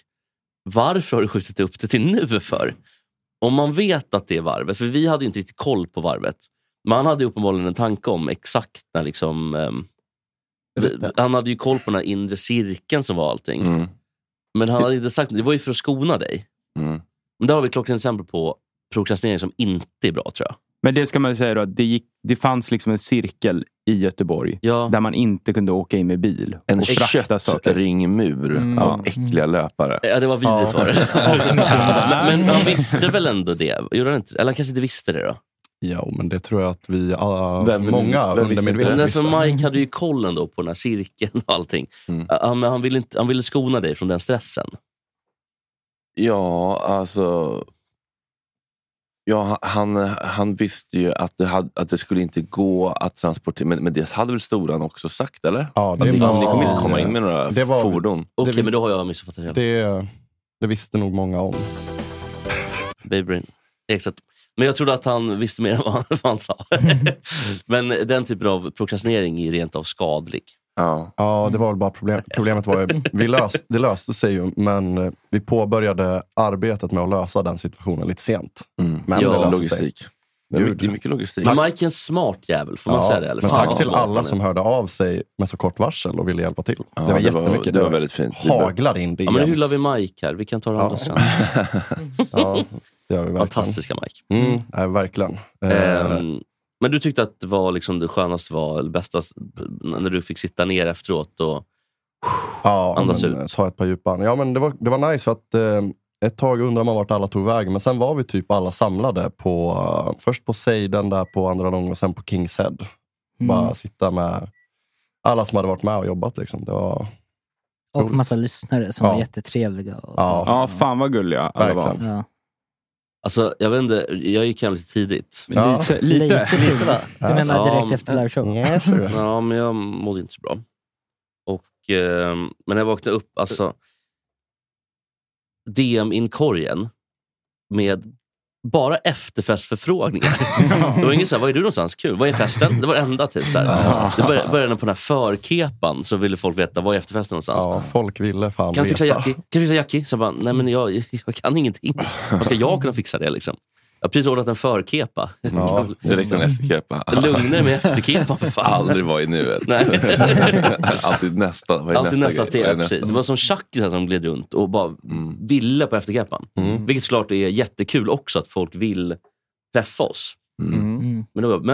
S2: varför har du skjutit upp det till nu för? Om man vet att det är varvet, för vi hade ju inte riktigt koll på varvet. Men han hade ju uppenbarligen en tanke om exakt när liksom... ehm, han hade ju koll på den här inre cirkeln som var allting.
S1: Mm,
S2: Men han hade inte sagt det. var ju för att skona dig.
S1: mm.
S2: Men där har vi klockrent exempel på prokrastinering som inte är bra tror jag.
S3: Men det ska man ju säga då, att det, gick, det fanns liksom en cirkel i Göteborg
S2: Ja.
S3: där man inte kunde åka in med bil
S1: En
S3: och frakta saker.
S1: köttringmur
S6: Mm.
S1: av äckliga löpare.
S2: Ja, det var vidrigt
S6: Ja.
S2: var det. men, men han visste väl ändå det? Gjorde han inte? Eller han kanske inte visste det då?
S5: Ja, men det tror jag att vi alla,
S1: Vem-
S5: många
S1: vem visste
S5: undermedvetet
S1: inte?
S2: Nej, för
S5: visste.
S2: alltså, Mike hade ju koll ändå på den här cirkeln och allting.
S1: Mm.
S2: Ja, men han, ville inte, han ville skona dig från den stressen.
S1: Ja, alltså... Ja, han, han visste ju att det, hade, att det skulle inte gå att transportera. Men, men det hade väl Storan också sagt, eller?
S5: Ja,
S1: Att det,
S5: var-
S1: ni kommer inte komma in med några
S5: Det var-
S1: fordon.
S2: Okej,
S5: vill-
S2: men då har jag missuppfattat det.
S5: Det, det visste nog många om.
S2: Baby Brain. Exakt. Men jag trodde att han visste mer än vad han, vad han sa. men den typen av prokrastinering är ju rent av skadlig.
S1: Ja.
S5: Ja, det var väl bara problem. problemet. Var, ju- vi löst, det löste sig ju, men eh, vi påbörjade arbetet med att lösa den situationen lite sent. Alltså,
S1: Mm.
S5: Men
S2: Ja,
S5: det löste sig.
S1: Logistik. Det är mycket- det är mycket logistik.
S2: Men Mike är en smart jävel, får man
S5: Ja,
S2: säga det? Eller?
S5: Men
S2: Fan,
S5: tack
S2: vad
S5: till
S2: smart
S5: alla
S2: han är.
S5: som hörde av sig med så kort varsel och ville hjälpa till.
S1: Ja,
S5: det var jättemycket.
S1: Det var väldigt fint. Det blev-
S5: haglar in
S2: Ja,
S5: DMs.
S2: men nu hyllar vi Mike här. Vi kan ta det
S5: Ja.
S2: andra sen.
S5: Ja, det gör vi verkligen.
S2: Fantastiska Mike.
S5: Mm, nej, verkligen. Eh,
S2: Ehm, men du tyckte att det, var liksom det skönaste var, eller bästa, när du fick sitta ner efteråt och
S5: ja,
S2: andas
S5: men,
S2: ut.
S5: eh, Ta ett par djupa andningar. Ja, men det var, det var nice för att eh, ett tag undrade man vart alla tog vägen. Men sen var vi typ alla samlade på, eh, först på Seiden där på andra lång och sen på Kings Head.
S7: Mm.
S5: Bara sitta med alla som hade varit med och jobbat. Liksom. Det var,
S7: Och massa lyssnare som
S5: Ja.
S7: var jättetrevliga. Och,
S5: Ja.
S3: Ja, fan vad gulliga alla var.
S5: Verkligen.
S7: Ja.
S2: Alltså, jag vet inte, jag gick hem lite tidigt.
S5: Ja.
S3: Lite,
S7: Lite
S3: lite.
S7: tidigt. Du menar direkt
S2: Ja.
S7: efter liveshow?
S5: Yes, du.
S2: Ja, men jag mådde inte så bra. Och, ehm, men när jag vaknade upp, alltså DM-inkorgen med bara efterfestförfrågningar. Det var inget såhär, var är du någonstans? Kul. Vad är festen? Det var det enda. Typ, så här. Det började, började på den här förkepan, så ville folk veta, var är efterfesten någonstans?
S5: ja, folk ville fan
S2: Kan du fixa
S5: veta.
S2: Jackie? Kan du fixa Jackie? Så jag bara, nej men jag, jag kan ingenting. Vad ska jag kunna fixa det liksom? Jag har precis ordnat en förkepa.
S5: Ja.
S1: Direkt en efterkepa.
S2: Lugna dig med efterkepan för fan.
S1: Aldrig vara i nuet.
S2: Nej.
S1: Alltid nästa. vad är
S2: Alltid nästa
S1: grej?
S2: steg.
S1: Vad är nästa?
S2: precis. Det var som tjackisar som gled runt och bara
S6: Mm.
S2: ville på efterkepan. Vilket såklart är jättekul också att folk vill träffa oss.
S6: Mm.
S7: Mm.
S2: Men då, men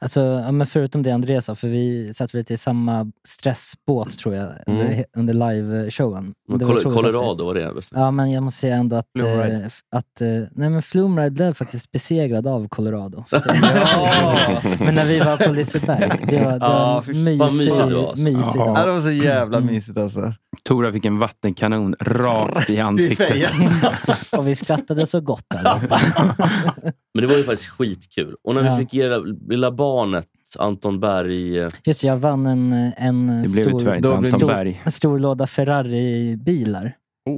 S7: Alltså, ja, men förutom det Andreas sa, för vi satt väl lite i samma stressbåt tror jag
S2: Mm.
S7: under, under live-showen.
S2: Men
S7: Det var
S2: Col-
S7: otroligt häftigt.
S2: Colorado var det. bästa.
S7: Ja, men jag måste säga ändå att...
S2: Flume Ride.
S7: Eh, f- att eh, nej, men Flume Ride blev faktiskt besegrad av Colorado. men när vi var på Liseberg, det var, det
S6: Ja,
S7: var
S6: fy fan,
S7: en
S6: vad
S7: mysig,
S6: mysigt det var, alltså. Ja.
S7: mysig dag.
S6: Det var så jävla
S7: Mm.
S6: mysigt alltså.
S3: Tora fick en vattenkanon rakt i
S7: I
S3: ansiktet.
S7: fejan. Och vi skrattade så gott.
S2: Men det var ju faktiskt skitkul. Och när
S7: Ja.
S2: vi fick ge det lilla barnet Anton Berg... eh,
S7: Just det, jag vann en, en
S2: Det blev ju tyvärr
S7: stor,
S2: inte Då Anton blev- Berg.
S7: stor, en stor låda Ferrari-bilar.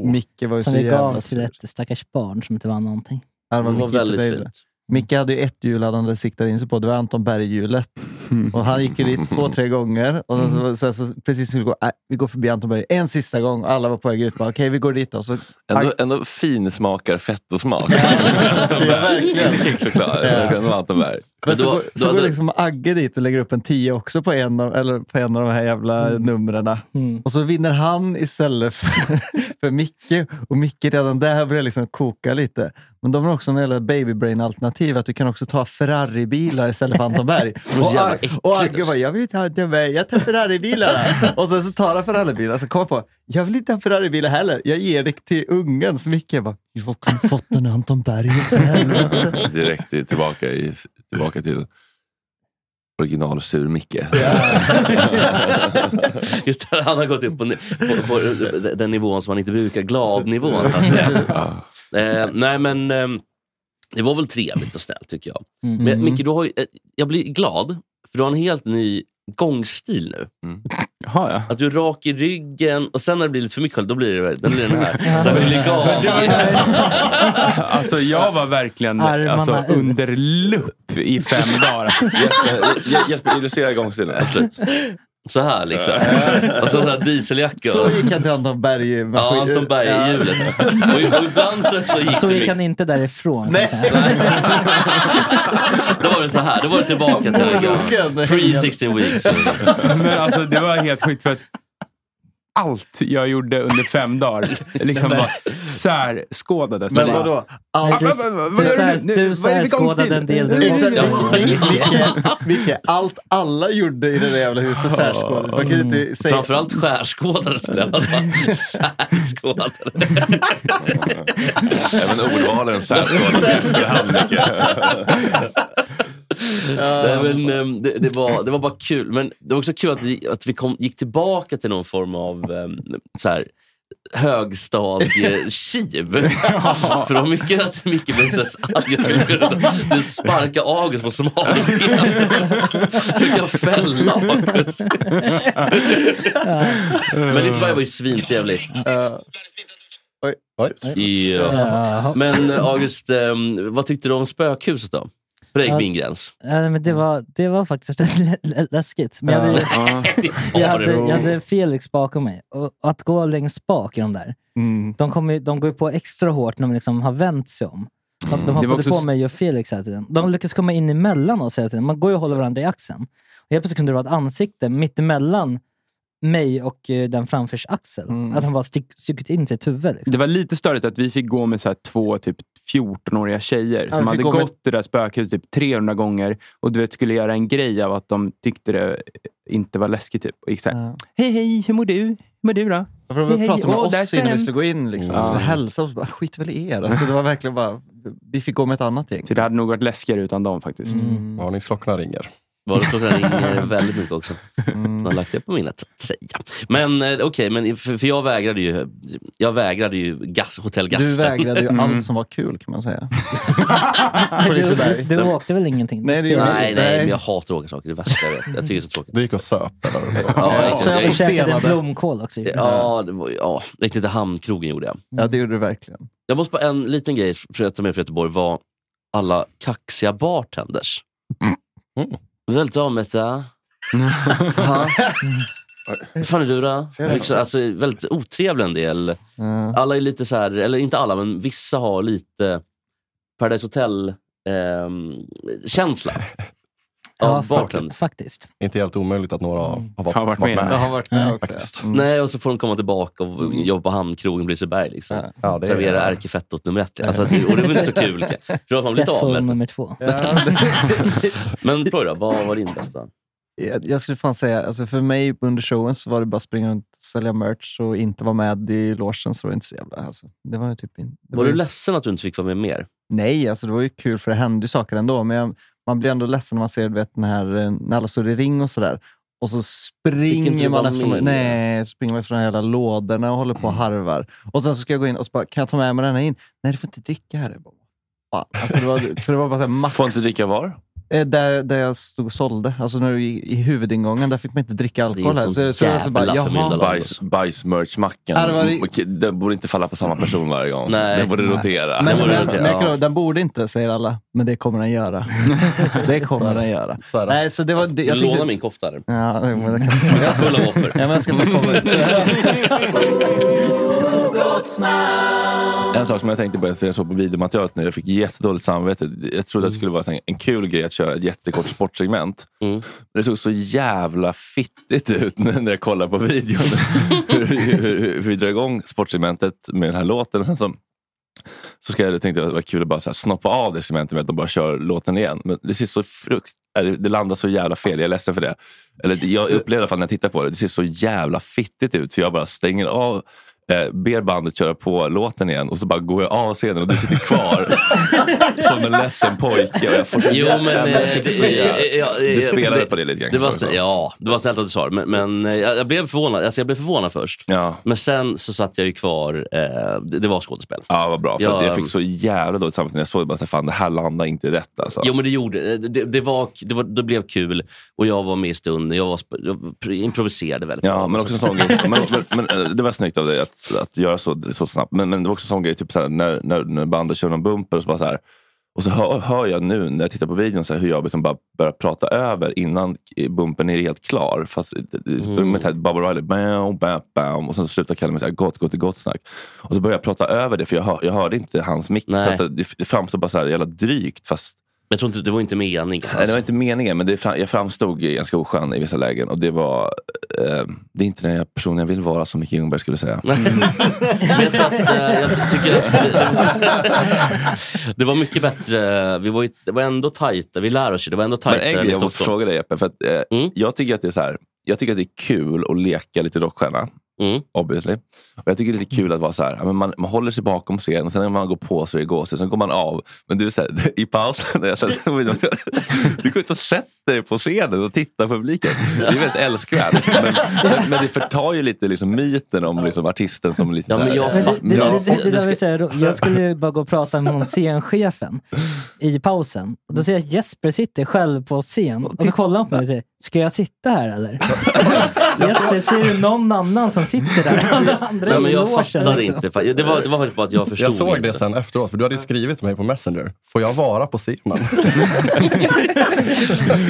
S6: Micke var ju
S7: Oh. som
S6: så
S7: vi gav
S6: jävla
S7: till ett stackars barn som inte vann någonting.
S6: Han
S2: Det var
S6: Micke
S2: väldigt
S6: Pereira.
S2: fint.
S6: Micke hade ju ett hjul han hade siktat in sig på. Det var Anton Berg-hjulet.
S7: Mm.
S6: Och han gick ju dit två, tre gånger. Och sen, så, sen så precis skulle gå, äh, vi går förbi Anton Berg en sista gång. Alla var på väg ut. Bara, Okej, vi går dit då. Så,
S1: Ändå, ändå finsmakar fett och smak.
S6: verkligen.
S1: Kexchoklad. Anton Berg.
S6: men så, går- så går liksom Agge dit och lägger upp en 10 också på en av, eller på en av de här jävla
S2: Mm.
S6: numren. Och så vinner han istället för, för Micke. Och Micke redan där börjar liksom koka lite. Men de har också en jävla babybrain-alternativ. Att du kan också ta Ferrari-bilar istället för Anton Berg.
S2: så
S6: Och,
S2: jävla
S6: Ag-
S2: äckligt
S6: och Agge bara, jag vill inte ha Anton Berg, jag tar Ferrari-bilarna. och sen så tar han Ferrari-bilar. Så kommer han på, jag vill inte ha Ferrari-bilar heller. Jag ger det till ungen. Så Micke bara, du har kan fått den av Anton Berg. för helvete."
S1: Direkt i- tillbaka, i, tillbaka till original sur Micke.
S2: Just det, han har gått upp på, ni- på, på eh, den nivån som man inte brukar, gladnivån så att säga. eh, nej men, ehm, det var väl trevligt och snällt tycker jag.
S9: Mm.
S2: Men Micke, du har ju, eh, jag blir glad, för du har en helt ny gångstil nu.
S6: Mm.
S2: Att du är rak i ryggen och sen när det blir lite för mycket sköld, då blir det den, blir den här. Så här huligan.
S3: Alltså jag var verkligen
S2: Armarna
S3: alltså,
S2: ut.
S3: under lupp i fem dagar.
S1: Jesper, Jesper illustrera gångstilen.
S2: Absolut. Så här liksom. Och så, så här dieseljacka.
S6: Så gick han till Anton Berg.
S2: Ja, Anton Berg i hjulet. Och, och ibland så, så gick
S7: Alltså, Så
S2: det
S7: gick
S2: mycket.
S7: han inte därifrån. kan jag säga.
S2: Då var det så här, då var det tillbaka till det gamla. Pre-16 weeks.
S3: Men alltså det var helt sjukt för att allt jag gjorde under fem dagar liksom bara särskådades.
S6: Men vadå?
S3: Ah,
S6: Allt-
S3: men- men- men- vad gör nu? Nu- vad är det för gångstil?
S6: Exakt.
S3: Ja.
S6: Vilket- vilket allt alla gjorde i det där jävla huset särskådades. Man kan ju inte säga...
S2: Framförallt skärskådades väl i alla fall. Särskådade.
S1: Även ordvalen särskådade. Älskar han Micke.
S2: Nej, men, ehm, det, det, var, det var bara kul. Men det var också kul att vi, att vi kom, gick tillbaka till någon form av ehm, så här, högstadiekiv. För det var mycket att Micke blev så här, "Aj, jag skulle kunna- Du sparkar August på smalbenen. Du kan fälla August. Men Liseberg var ju svintrevligt.
S6: Oj.
S2: Ja. Men eh, August, ehm, vad tyckte du om spökhuset då? För det gick
S7: Ja.
S2: min gräns.
S7: Ja, nej, men det, var, det var faktiskt lä- lä- läskigt. Men jag hade, jag hade, jag hade Felix bakom mig. Och och att gå längst bak i de där.
S3: Mm.
S7: De, kommer, ju- de går ju på extra hårt när de liksom har vänt sig om. Så
S3: Mm. Det
S7: De
S3: var
S7: hoppade
S3: också
S7: på
S3: s-
S7: mig och Felix hela tiden. De lyckas komma in emellan oss hela tiden. Man går ju och håller varandra i axeln. Och helt plötsligt kunde det vara ett ansikte mitt emellan mig och eh, den framförs axel.
S3: Mm.
S7: Att han bara stick, stuckit in sitt huvud. Liksom.
S3: Det var lite störigt att vi fick gå med så här två typ 14-åriga tjejer
S7: Ja,
S3: som
S7: vi
S3: hade
S7: fick gå
S3: gått
S7: med-
S3: det där spökhuset typ 300 gånger och du vet, skulle göra en grej av att de tyckte det inte var läskigt. Typ. Och gick så här, Hej, hej, hur mår du? Hur mår du då?
S6: För de
S3: Hej,
S6: pratade
S3: hej,
S6: med
S3: åh, där
S6: oss
S3: ska
S6: innan vi
S3: den.
S6: skulle gå in. Liksom.
S3: Mm.
S6: Så vi hälsade och så bara, skit väl i er. Alltså, det var verkligen bara, vi fick gå med ett annat gäng.
S3: Så det hade nog varit läskigare utan dem faktiskt.
S6: Mm.
S5: Varningsklockorna ringer.
S2: Vardagsklockan ringer väldigt mycket också.
S6: Mm.
S2: Man har lagt det på minnet, så att säga. Men eh, okej, men för, för jag vägrade ju, jag vägrade ju gas, hotell Gasten.
S6: Du vägrade ju allt som var kul kan man säga.
S7: Du, du,
S6: Liseberg.
S7: du åkte väl ingenting?
S6: Nej, det
S2: Nej,
S6: gjorde
S2: nej,
S6: Nej.
S2: men jag hatar att åka saker. Det är det värsta jag vet. Jag tycker det är så tråkigt.
S5: Du gick och söp eller?
S2: Ja, jag-
S7: Så jag
S2: jag-
S7: käkade en blomkål också.
S2: Ja, det var, ja, gick till hamnkrogen gjorde jag.
S6: Ja, det gjorde du verkligen.
S2: Jag måste bara, en liten grej för att ta med från Göteborg var alla kaxiga bartenders.
S5: Mm.
S2: Väldigt avmätta. Ja. Hur fan är du då? Liksom, Alltså, väldigt otrevlig en del. Alla är lite så här, eller inte alla, men vissa har ehm, lite Paradise Hotel-känsla.
S7: Ja, faktiskt. faktiskt.
S5: Inte helt omöjligt att några har varit,
S2: Har varit med.
S5: med.
S2: Ja, har varit med
S5: Ja,
S2: också,
S5: faktiskt.
S2: Mm. Nej, och så får de komma tillbaka och jobba på hamnkrogen i Bliseberg. Liksom.
S5: Mm. Ja, det är-
S2: Servera ärkefettot nummer ett. Alltså, det, och det var inte så kul. För då har man blivit av
S7: Steffo
S2: med
S7: nummer
S2: det.
S7: två.
S2: Men Ploy då, vad var din bästa?
S6: Jag, jag skulle fan säga, alltså för mig under showen så var det bara att springa runt och sälja merch och inte vara med i logen, så det var inte så jävla... Alltså, det var ju typ in, det
S2: Var
S6: ju-
S2: du ledsen att du inte fick vara med mer?
S6: Nej, alltså det var ju kul för det hände ju saker ändå. Men jag, man blir ändå ledsen när man ser du vet, den här, eh, när alla står i ring och sådär. Och så
S2: inte du
S6: springer man,
S2: vara
S6: efter,
S2: med?
S6: nej, så springer man efter de här jävla lådorna och håller på och harvar. Och sen så ska jag gå in och så bara, kan jag ta med mig den här in? Nej, du får inte dricka här. Jag bara, Fan. Alltså det var, så det var bara så här max.
S1: Får inte dricka var?
S6: Eh, Där, där jag stod och sålde, alltså när du, i, i huvudingången, där fick man inte dricka alkohol. här. Så, så, jag så bara, jaha.
S1: Bajs, bajsmerch-mackan.
S6: Ja, det var-
S1: Okej, Den borde inte falla på samma person varje gång. den borde
S6: Nej.
S1: rotera.
S6: Men,
S1: den borde
S6: men,
S1: rotera.
S6: men, jag kan- den borde inte, säger alla. Men det kommer den göra. det kommer den göra. Nej, så det var, det, jag
S2: Vill du
S6: tyckte-
S2: låna min kofta? Eller?
S6: Ja, men jag kan...
S2: Full av offer.
S6: Ja, men jag ska ta på mig.
S1: En sak som jag tänkte på efter jag såg på videomaterialet nu, jag fick jättedåligt samvete. Jag trodde att det skulle vara så här en kul grej att köra ett jättekort sportsegment. Men det såg så jävla fittigt ut när när jag kollade på videon. hur, hur, hur vi drar igång sportsegmentet med den här låten. Och sen så, så ska jag, tänkte jag att det var kul att bara så här snoppa av det segmentet med att de bara kör låten igen. Men det ser så frukt... äh, Det det landar så jävla fel, jag är ledsen för det. Eller jag upplevde i alla fall när jag tittar på det, det ser så jävla fittigt ut. För jag bara stänger av eh, ber bandet köra på låten igen och så bara går jag av scenen och du sitter kvar som en ledsen pojke. Och jag får så
S2: Jo,
S1: jävla
S2: men... eh,
S1: avundsjuka.
S2: eh, ja, eh,
S1: du spelade på det lite grann.
S2: Det var
S1: kanske.
S2: snäll, ja, det var snällt att du sa det. Men, men eh, jag, jag, blev förvånad, alltså, jag blev förvånad först. Men sen så satt jag ju kvar. Eh, det, det var skådespel.
S1: Ja, vad bra. För
S2: Ja,
S1: att jag fick
S2: ehm.
S1: så jävla dåligt samvete när jag såg det. Bara, så här, fan, det här landar inte rätt. Alltså.
S2: Jo, men det gjorde eh, det. Det, det, var, det, var, det blev kul och jag var med i stunden. Jag, var, sp- jag pr- improviserade väldigt
S1: Ja,
S2: bra.
S1: men också en sån grej. Men, men, men, eh, det var snyggt av dig att, att göra så, så snabbt. Men, men det var också en sån grej, typ så här, när, när, när bandet kör någon bumper och så bara så här. Och så hör, hör jag nu när jag tittar på videon så här, hur jag liksom bara börjar prata över innan bumpen är helt klar. Fast mm.
S2: Mm.
S1: med så här, Bubba Riley, bam, bam, bam, och sen så slutar Kalle med så här, gott, gott, gott snack. Och så börjar jag prata över det för jag, hör, jag hörde inte hans mick. Så
S2: Nej.
S1: att det, det framstod bara så här jävla drygt. Fast
S2: Men jag tror inte, det var inte meningen.
S1: Nej, det
S2: alltså.
S1: var inte meningen, men det fram, jag framstod ganska oskön i vissa lägen. Och det var... Eh, det är inte den jag- personen jag vill vara, som Micke Ljungberg skulle säga.
S2: Men jag tror att, eh, jag ty- tycker att det, det, det var mycket bättre. Vi var, ju- det var ändå tajta. Vi lär oss ju. Det var ändå
S1: Men
S2: tajtare.
S1: en
S2: än
S1: grej
S2: i
S1: jag måste
S2: Stockholm. Mm.
S1: fråga dig Jeppe. För att, eh, jag, tycker att det är så här, jag tycker att det är kul att leka lite rockstjärna.
S2: Mm.
S1: Obviously. Och jag tycker det är lite kul att vara så här, ja, men man, man håller sig bakom scenen, och sen när man går på så är det gåshud, sen går man av. Men du, är så här, i pausen, när jag satt på videon, du går ut och sätter dig på scenen och tittar på publiken. Det är väldigt älskvärt. Men, men, men det förtar ju lite liksom, myten om liksom, artisten som lite
S2: Ja,
S1: så här,
S2: men jag
S1: eh,
S2: fattar.
S7: Det,
S1: ja,
S7: det, det, det,
S1: det
S7: där
S1: ska-
S7: vill säga, då- jag skulle ju bara gå och prata med hon scenchefen i pausen. Och då ser jag att Jesper sitter själv på scen. Och så kollar han på mig och säger, ska jag sitta här eller? Jesper, ser du någon annan som sitter där? Alla andra
S2: Nej,
S7: är
S2: men
S7: i
S2: jag
S7: logen,
S2: fattade
S7: liksom.
S2: inte. fa- Det var, det var faktiskt bara att jag förstod
S5: Jag såg
S2: inte.
S5: det sen efteråt, för du hade ju skrivit till mig på Messenger. Får jag vara på scenen?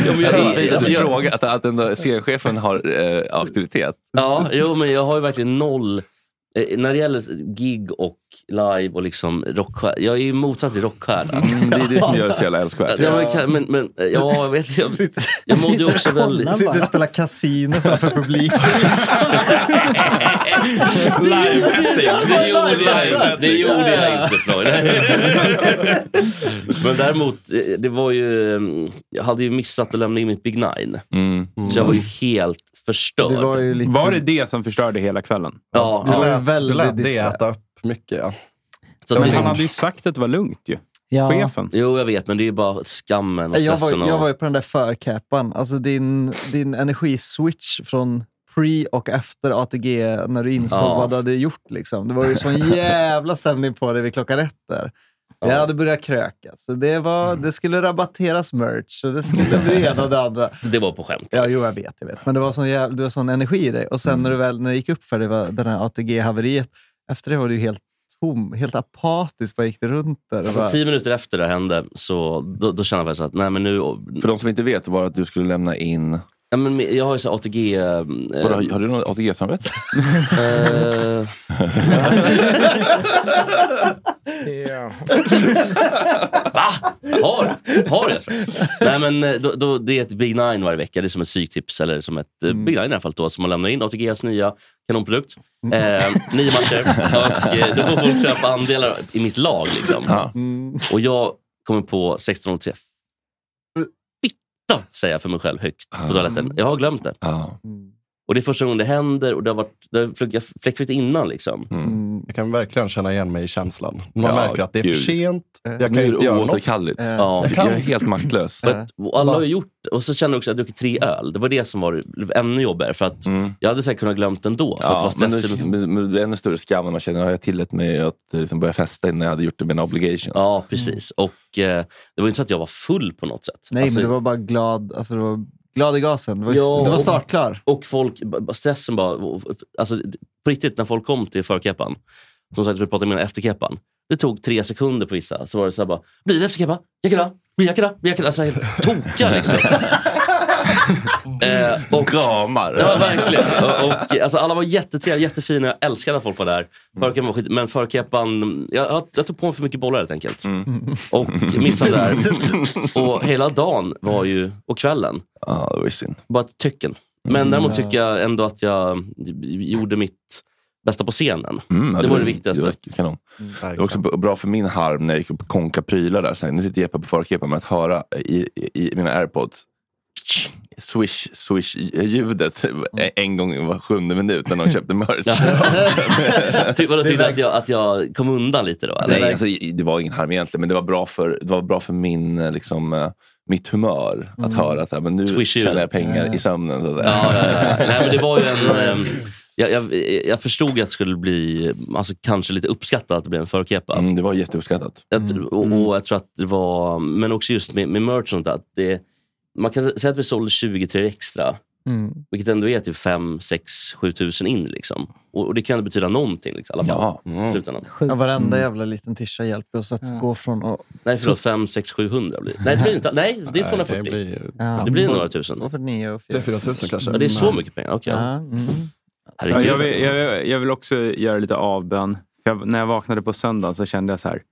S2: Ja, men jag,
S1: Jag säger
S2: alltså,
S1: att
S2: jag,
S1: fråga att, att ändå scenchefen har eh, auktoritet.
S2: Ja, jo, men jag har ju verkligen noll... Eh, när det gäller gig och live och liksom rockstjärna. Jag är ju motsatt till rockstjärna.
S1: Mm, det är det som gör det så jävla älskvärt.
S2: Ja, men, kan- men, men eh, ja, jag vet. Jag, jag mådde ju också väldigt...
S6: Sitter och spelar kasino framför publiken.
S2: Det gjorde jag inte. Det gjorde jag inte Floyd. Men däremot, eh, det var ju... eh, Jag hade ju missat att lämna in mitt Big Nine. Så jag var ju helt förstörd.
S3: Det var ju lite- Var det
S2: som förstörde hela kvällen? Ja.
S5: Du
S2: ja.
S5: lät, du lät det äta upp mycket. Ja.
S2: Så
S3: Men
S2: att-
S3: han hade ju sagt att det var lugnt ju.
S7: Ja.
S3: Chefen.
S2: Jo, jag vet, men det är ju bara skammen och
S6: Jag
S2: stressen.
S6: var, jag
S2: och...
S6: var ju på den där förkäpan. Alltså din, din energiswitch från pre och efter ATG när du insåg
S2: Ja.
S6: vad du hade gjort. Liksom. Det var ju sån jävla stämning på dig vid klockan ett där. Jag hade börjat kröka. Så det, var,
S2: Mm.
S6: det skulle rabatteras merch och det skulle bli det ena och det andra.
S2: Det var på skämt.
S6: Ja, jo, jag vet. jag vet. Men det var sån, jävla, det var sån energi i dig. Och
S2: Mm.
S6: sen när, du väl, när det gick upp för dig, vad- det där ATG-haveriet, efter det var du ju helt tom, helt apatisk. Bara gick det runt där. Och bara,
S2: Tio minuter efter det hände, så då, då kände jag faktiskt att, nej men nu...
S5: Eh.
S1: För de som inte vet var att du skulle lämna in...
S2: Ja, men jag har ju så här ATG... eh,
S1: Vadå, har- har du något ATG-samarbete?
S2: eh,
S3: Ja.
S2: Va? Har, har jag? Nej, men eh, då, då, det är ett Big Nine varje vecka. Det är som ett psyktips, eller som ett eh, Big Nine i alla fall, då, som man lämnar in. ATGs nya kanonprodukt. Eh, nio matcher. Och, eh, då får folk köpa andelar i mitt lag. Liksom.
S6: mm.
S2: Och jag kommer på 16.03. Fitta, säger jag för mig själv högt på toaletten. Jag har glömt det. Och Det är första gången det händer och det har varit det har flugat fläckfritt innan. Liksom.
S5: Mm. Jag kan verkligen känna igen mig i känslan. Man
S2: Ja,
S5: märker att det är
S2: gud.
S5: för sent. Jag kan
S2: Nu är
S5: inte
S2: det
S5: göra
S2: oåterkalleligt.
S5: något.
S2: Ja.
S5: Jag kan.
S2: Jag är helt
S1: maktlös.
S6: Äh.
S2: För att- Och alla har ju gjort det. Och så känner jag också att jag druckit tre öl. Det var det som var ännu jobbigare. För att Jag hade säkert kunnat glömt ändå. För att det var
S1: men
S2: stressigt.
S1: det, men, men det är ännu större skam när man känner att jag tillät mig att eh, liksom, börja festa innan jag hade gjort det med mina obligations.
S2: Ja, precis. Och eh, Det var ju inte så att jag var full på något sätt.
S6: Mm. Nej,
S2: Alltså-
S6: men du var bara glad. Alltså, du var glad i gasen. Du var, du var
S2: och-
S6: startklar.
S2: Och folk, b- b- stressen bara... och- och- Alltså, d- på riktigt, när folk kom till förkeppan, som sagt, vi pratade med efter keppan. Det tog tre sekunder på vissa. Så var det så här bara, blir det efterkeppa? Jekela? Blir jekela? Blir jekela? Alltså helt tokiga liksom. eh, och,
S1: Gamar.
S2: Ja, verkligen. Och, och, alltså, alla var jättetrevliga, jättefina. Jag älskade när folk var där. Förkeppan var skit, men förkeppan... Jag, jag, jag tog på mig för mycket bollar helt enkelt.
S1: Mm.
S2: Och missade där. Och hela dagen var ju, och kvällen,
S1: Ja, det var ju synd.
S2: bara ett töcken. Men
S1: Mm.
S2: däremot tycker jag ändå att jag gjorde mitt bästa på scenen.
S1: Mm, ja,
S2: det var det viktigaste. Mm.
S1: Det var, kanon. det var också b- bra för min harm när jag gick upp och konka prylar. Där. Sen, nu sitter Jeppe på förkepan, men att höra i, i, i mina airpods swish, swish eh, ljudet
S2: Mm.
S1: en gång var sjunde minut när någon köpte merch.
S2: Ty, vadå, tyckte du att jag, att jag kom undan lite då? Eller?
S1: Nej, alltså, i- det var ingen harm egentligen, men det var bra för, det var bra för min, eh, liksom, eh, mitt humör att
S2: Mm.
S1: höra att men nu
S2: Swish-ljudet.
S1: tjänar jag pengar
S2: Ja.
S1: i sömnen. Så att säga.
S2: ja, ja, ja. Nej, men det var ju en... ehm, jag, jag, jag förstod att det skulle bli alltså, kanske lite uppskattat att det blev en förkepa.
S1: Mm, det var jätteuppskattat.
S2: Mm, och, och jag tror att det var... Men också just med, med merch och sånt där. att Det, man kan säga att vi sålde 23 extra.
S6: Mm.
S2: Vilket ändå är typ 5, 6, 7 tusen in. Liksom. Och, och det kan betyda någonting liksom, i alla fall. i slutändan.
S6: Ja, varenda jävla liten tischa hjälper oss att gå från... Och...
S2: Nej, förlåt. 5, 6, 700 blir det. Nej, det blir inte. Nej, det är 240. Det blir, några tusen.
S6: Varför nio och
S2: Det är 4 000 kanske. Ja, det är så mycket pengar. Okej.
S6: Ja, mm.
S3: Ja, jag, vill,
S7: Mm.
S3: jag, vill- jag vill också göra lite avbön. För jag, när jag vaknade på söndagen så kände jag så här.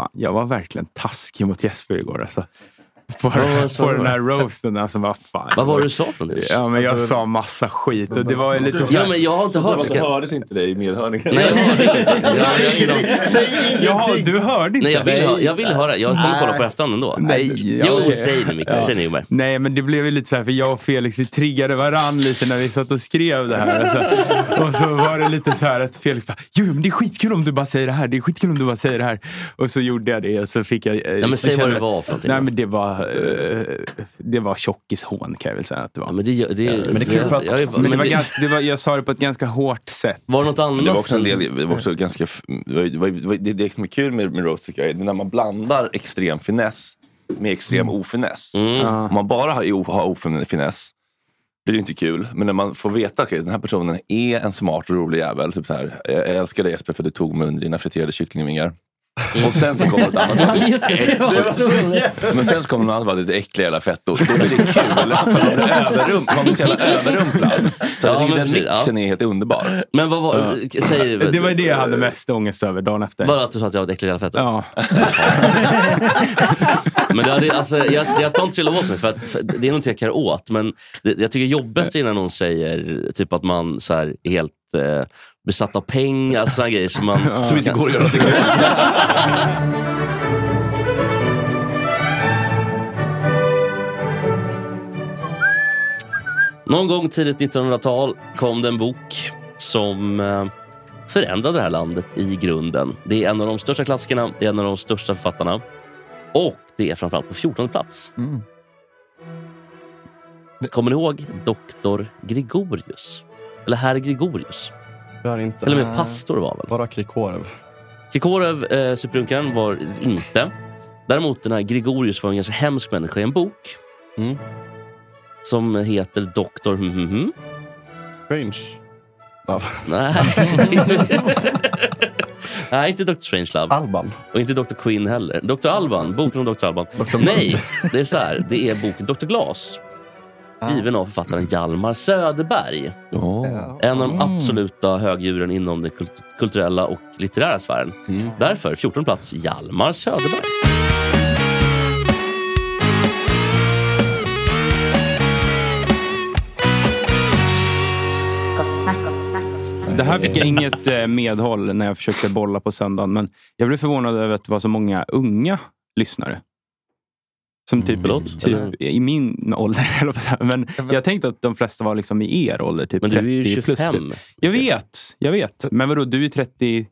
S3: Fan, jag var verkligen taskig mot Jesper igår. Alltså. På,
S2: Vad var det som
S3: på den
S2: var?
S3: här roasten. Alltså, vad fan.
S2: Vad var det du sa för någonting?
S3: Ja, men jag sa massa skit. Och det var ju lite så
S2: Ja, men jag har inte hört det.
S1: hördes inte det i medhörningen.
S2: Säg
S3: Jaha, du hörde inte?
S2: Nej, jag vill, ha, jag vill höra. Jag kommer kolla på efterhand ändå.
S3: Nej.
S2: Jo,
S3: jag-
S2: säg nu Micke. Säg nu Ingmar.
S3: Nej, men det blev ju lite så här, för jag och Felix vi triggade varann lite när vi satt och skrev det här. Alltså, och så var det lite så här att Felix bara, jo men det är skitkul om du bara säger det här, det är skitkul om du bara säger det här. Och så gjorde jag det och så fick jag... eh,
S2: men
S3: så
S2: säg vad
S3: kände-
S2: det var för någonting.
S3: Nej, men det var, eh, det var tjockishån kan jag väl säga att det var.
S2: men det, det,
S3: men det,
S2: jag- jag är-
S3: men det
S2: men
S3: var
S2: det-
S3: ganska, det var, jag sa det på ett ganska hårt sätt.
S2: Var det något annat?
S1: Men det var också en del, det var också ganska, f- det, var- det, var- det, det som är liksom kul med, med roast tycker jag, är när man blandar extrem finess med extrem
S3: Mm.
S1: ofiness. Om man bara har, o- har ofiness blir det inte kul. Men när man får veta att den här personen är en smart och rolig jävel. Typ så här, jag jag älskar dig Jesper för du tog mig under dina friterade kycklingvingar.
S3: Mm.
S1: Och sen så kommer ett annat.
S7: Ja, just det, det var otroligt.
S1: Men sen så kommer någon annan bara, det är äckliga jävla fettot. Då blir det kul. För man blir överrump- man blir så jävla överrumplad. Så
S2: Ja,
S1: jag tycker
S2: men
S1: den
S2: precis, ja.
S1: mixen är helt underbar.
S2: Men vad var...
S1: Ja.
S2: Säg...
S1: Det var ju
S3: det jag hade mest ångest över dagen efter.
S2: Bara att du sa att jag var ett äckligt jävla fett.
S3: Ja.
S2: Men det hade, alltså, jag, jag tar inte så illa åt mig, för, att, för det är nog inte jag kan åt. Men det, jag tycker jobbigast är när någon säger typ att man så här, är helt eh, besatt av pengar. Alltså, såna grejer som man...
S1: Som inte går att göra någonting
S2: Någon gång tidigt 1900-tal kom det en bok som eh, förändrade det här landet i grunden. Det är en av de största klassikerna, det är en av de största författarna. Och det är framförallt på 14 plats. Kommer ni ihåg doktor Gregorius? Eller herr Gregorius?
S5: Tyvärr inte.
S2: Till och med pastor var väl?
S5: Bara Krikorev.
S2: Kikorov, eh, suprunkaren, var inte. Däremot den här Gregorius var en ganska hemsk människa i en bok.
S5: Mm.
S2: Som heter Doktor... Mhm.
S5: Strange.
S2: Nej. Nej, inte Dr. Strangelove.
S5: Alban.
S2: Och inte Dr. Quinn heller. Dr. Alban, boken om Dr. Alban. Nej, det är så här. Det är boken Dr. Glas.
S5: Ah.
S2: Skriven av författaren Hjalmar Söderberg. En av de
S9: Mm.
S2: absoluta högdjuren inom den kult- kulturella och litterära sfären.
S5: Mm.
S2: Därför 14 plats Hjalmar Söderberg.
S10: Gott snack, gott snack, gott snack.
S3: Det här fick jag inget eh, medhåll när jag försökte bolla på söndagen. Men jag blev förvånad över att det var så många unga lyssnare. Som typ, typ
S2: Mm, eller?
S3: i min ålder. eller vad säger jag? Men jag tänkte att de flesta var liksom i er ålder. Typ
S2: Men du är ju
S3: 30 plus,
S2: 25.
S3: typ. Jag vet, jag vet. Men vadå, du är 32?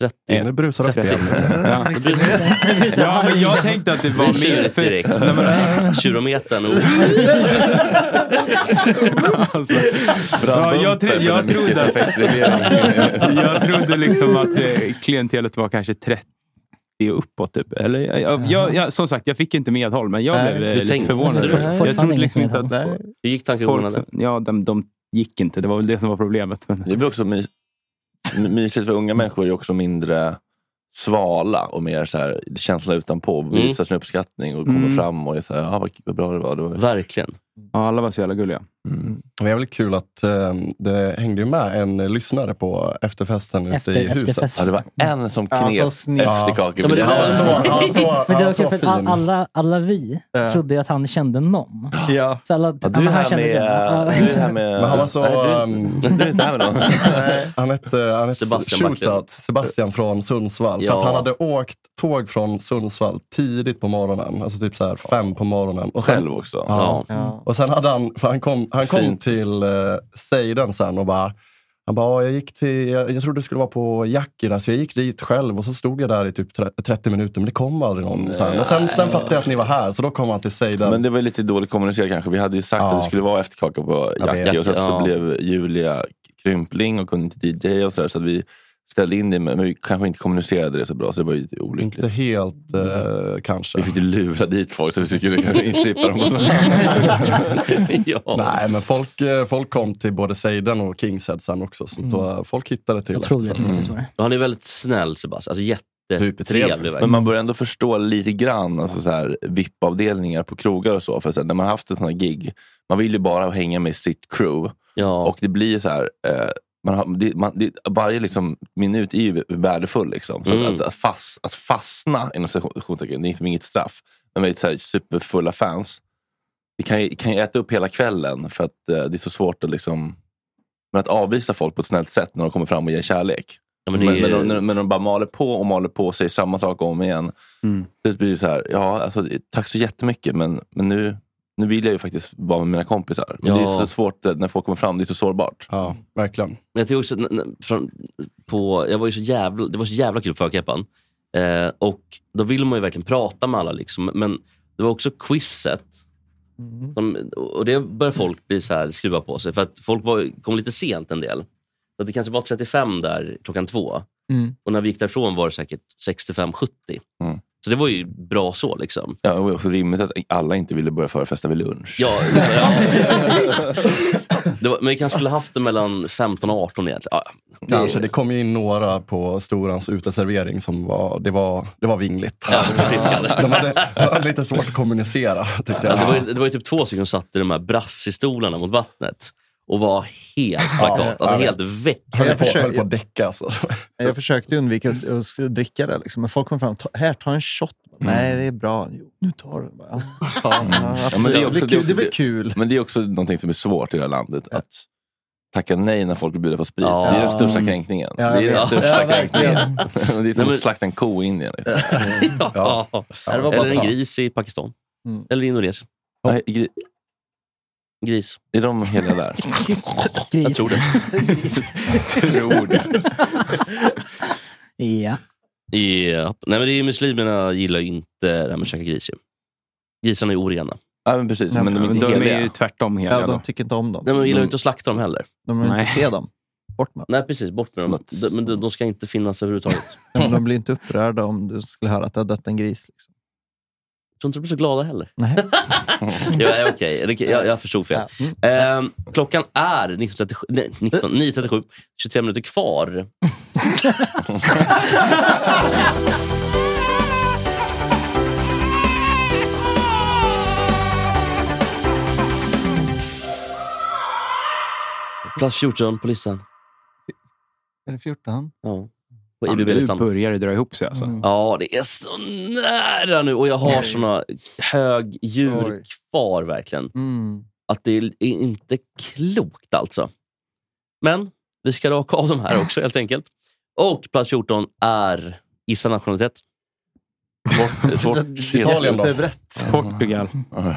S2: 30.
S5: Nu brusar det upp igen.
S3: Ja.
S5: Nu brusar-
S2: nu brusar-
S3: ja, men jag tänkte att det var
S2: Vi kör
S3: mer.
S2: rätt direkt. alltså. Kyrometern och...
S3: alltså. Ja, jag, tro, jag, trodde, jag trodde liksom att eh, klientelet var kanske 30 och uppåt. Typ. Eller, jag, jag, jag, jag, som sagt, jag fick inte medhåll, men jag
S2: Nej.
S3: blev eh,
S2: Du
S3: lite
S2: tänkte-
S3: förvånad.
S2: Nej.
S3: Jag,
S2: Fortfarande
S3: trodde
S2: inget
S3: liksom inte att...
S2: medhåll. Hur gick tankegångarna
S3: folk- Ja, de, de gick inte. Det var väl det som var problemet. Men...
S1: Det blir också my, my- mysigt för unga människor är också mindre svala och mer så här, känslan utanpå.
S3: Mm.
S1: Visar sin uppskattning och kommer
S3: Mm.
S1: fram och är så här, ah, vad, vad bra det var. Det var...
S2: Verkligen.
S3: Ja, alla var så jävla gulliga.
S5: Det var väldigt kul att eh, det hängde ju med en lyssnare på efterfesten ute
S1: Efter-
S5: i huset.
S1: efterfesten. Ja, det var en som
S5: Ja,
S1: knep
S5: som sned-
S1: efterkakor.
S5: Ja, men det var-
S1: Han så- han så-
S7: Men det var
S1: han
S7: kul
S1: så
S7: för att
S1: fin.
S7: alla, alla vi
S1: Ja.
S7: trodde ju att han kände någon.
S6: Ja.
S7: Så alla,
S1: Ja, du är
S7: men han
S1: här
S7: kände
S1: med- eh,
S7: den.
S1: du är här med-
S5: Men han var så...
S1: Nej, du-
S5: ehm,
S1: du är inte här med någon.
S5: Nej, han hette, han hette
S1: Sebastian
S5: Sebastian,
S1: Backlund.
S5: Shootout, Sebastian från Sundsvall.
S1: Ja.
S5: För att han hade åkt tåg från Sundsvall tidigt på morgonen. Alltså typ så här fem på morgonen. Och
S1: Själv också.
S5: Ja.
S1: Ja.
S5: Och sen hade han, för han kom, han kom
S1: Fint.
S5: till eh, Seiden sen och bara han bara, "Ja, jag, gick till, jag, jag trodde det skulle vara på Jackie där, så jag gick dit själv och så stod jag där i typ tre- 30 minuter, men det kom aldrig någon. Så här. Och sen, sen fattade jag att ni var här, så då kom han till Seiden.
S1: Men det var ju lite dåligt kommunicerat kanske. Vi hade ju sagt
S5: Ja.
S1: att det skulle vara efterkaka på
S5: Jag vet.
S1: Jackie och sen så
S5: Ja.
S1: blev Julia krympling och kunde inte DJ och sådär. Så att vi ställde in det, men vi kanske inte kommunicerade det så bra. Så det var ju olyckligt. Mm.
S5: Inte helt eh, kanske.
S1: Vi fick ju lura dit folk så vi skulle kunna inslippa dem.
S5: Nej, men folk, eh, folk kom till både Seiden och Kingshead sen också. Så då, folk hittade till.
S1: Mm.
S5: efterfesten.
S2: Mm. Han är väldigt snäll Sebastian. Alltså jättetrevlig.
S1: Men man börjar ändå förstå lite grann alltså så här, VIP-avdelningar på krogar och så. För så här, när man har haft ett sånt här gig, man vill ju bara hänga med sitt crew. Och det blir så här, eh, man har, det, man, det, varje liksom minut är ju värdefull. Liksom. Så
S2: Mm.
S1: att, att, fast, att fastna, inom citationstecken, det är liksom inget straff. Men med så här, superfulla fans, det kan ju, kan ju äta upp hela kvällen för att eh, det är så svårt att liksom... Men att avvisa folk på ett snällt sätt när de kommer fram och ger kärlek.
S2: men
S1: men,
S2: det
S1: men,
S2: är-
S1: de, när, men de bara maler på och maler på och säger samma sak om igen.
S2: Mm.
S1: Det blir det så här, ja, alltså, tack så jättemycket men, men nu, nu vill jag ju faktiskt vara med mina kompisar. Men det är
S2: Ja.
S1: så svårt eh, när folk kommer fram, det är så sårbart.
S5: Ja, verkligen.
S2: Men jag tycker också, att n- n- från, på, jag var ju så jävla, det var så jävla kul på förkeppan. Eh, och då vill man ju verkligen prata med alla. Liksom. Men det var också quizet. Som, och det började folk bli så här, skruva på sig. För att folk var, kom lite sent en del. Så att det kanske var 35 där klockan två.
S6: Mm.
S2: Och när vi gick därifrån var det säkert 65-70.
S1: Mm.
S2: Så det var ju bra så. liksom.
S1: Ja, och det är också rimligt att alla inte ville börja förfesta vid lunch.
S2: Ja, ja. det var, men vi kanske skulle haft det mellan 15 och 18 egentligen. Ja, ja.
S5: Kanske, det kom ju in några på Storans uteservering som var, det var, det var vingligt.
S2: Ja, de var friskade.
S5: de hade, de hade lite svårt att kommunicera tyckte
S2: Ja,
S5: jag.
S2: det, var ju, det var ju typ två stycken som satt i de här brassistolarna mot vattnet och var helt plakat, alltså
S5: jag
S2: helt
S5: vet.
S2: väck.
S5: Höll på, höll på att däcka alltså.
S6: Jag försökte undvika att- att dricka det, liksom. men folk kom fram och ta, här, ta en shot. Nej, det är bra. Jo, nu tar du. Bara, Ja, fan, ja, absolut.
S1: Ja, men
S6: det,
S1: är också-
S6: blir kul, det
S1: är
S6: blir
S1: också-
S6: kul.
S1: Men det är också någonting som är svårt i det här landet. Att tacka nej när folk bjuder på sprit.
S2: Ja.
S1: Det är den största
S2: Mm.
S1: kränkningen.
S2: Ja, jag
S1: det är
S2: vet.
S1: den största
S2: Ja, verkligen.
S1: kränkningen. det är
S2: Nej,
S1: som
S2: men-
S1: att slakta en ko i Indien. liksom.
S2: Ja.
S1: det var bara
S2: Eller en
S1: ta.
S2: gris i Pakistan.
S6: Mm.
S2: Eller i Indonesien.
S1: Nej, gri-
S2: Gris.
S1: Är de hela där?
S7: Gris.
S1: Jag tror det. tror det.
S7: Ja.
S2: Ja. Nej, men det är, ju- muslimerna gillar ju inte det här med att käka gris. ju. Grisarna är orena.
S1: Ja, men precis.
S2: Men de är inte heliga.
S3: tvärtom
S2: heliga
S6: Ja, de
S2: då.
S6: tycker inte om dem.
S2: Nej, men de gillar ju
S6: De-
S2: inte att slakta dem heller.
S6: De vill inte se dem. Bort med dem.
S2: Nej, precis. Bort med dem. De, men de, de ska inte finnas överhuvudtaget.
S6: Ja, men de blir inte upprörda om du skulle höra att det har dött en gris. Liksom.
S2: Jag tror inte de blir så glada heller. ja, eh, Okej, Det- jag, jag förstod fel. Ehm, klockan är 19.37, nej, 19, 9.37, 23 minuter kvar. Plats 14 på listan.
S6: Är det 14?
S2: Ja. På
S3: Fan,
S2: IBB-listan.
S3: Nu börjar det dra ihop sig alltså.
S1: Mm.
S2: Ja, det är så nära nu och jag har såna högdjur
S3: Oj.
S2: kvar verkligen.
S6: Mm.
S2: Att det är inte klokt alltså. Men vi ska raka av de här också helt enkelt. Och plats 14 är gissa nationalitet.
S5: Italien då?
S3: Portugal.
S1: Mm.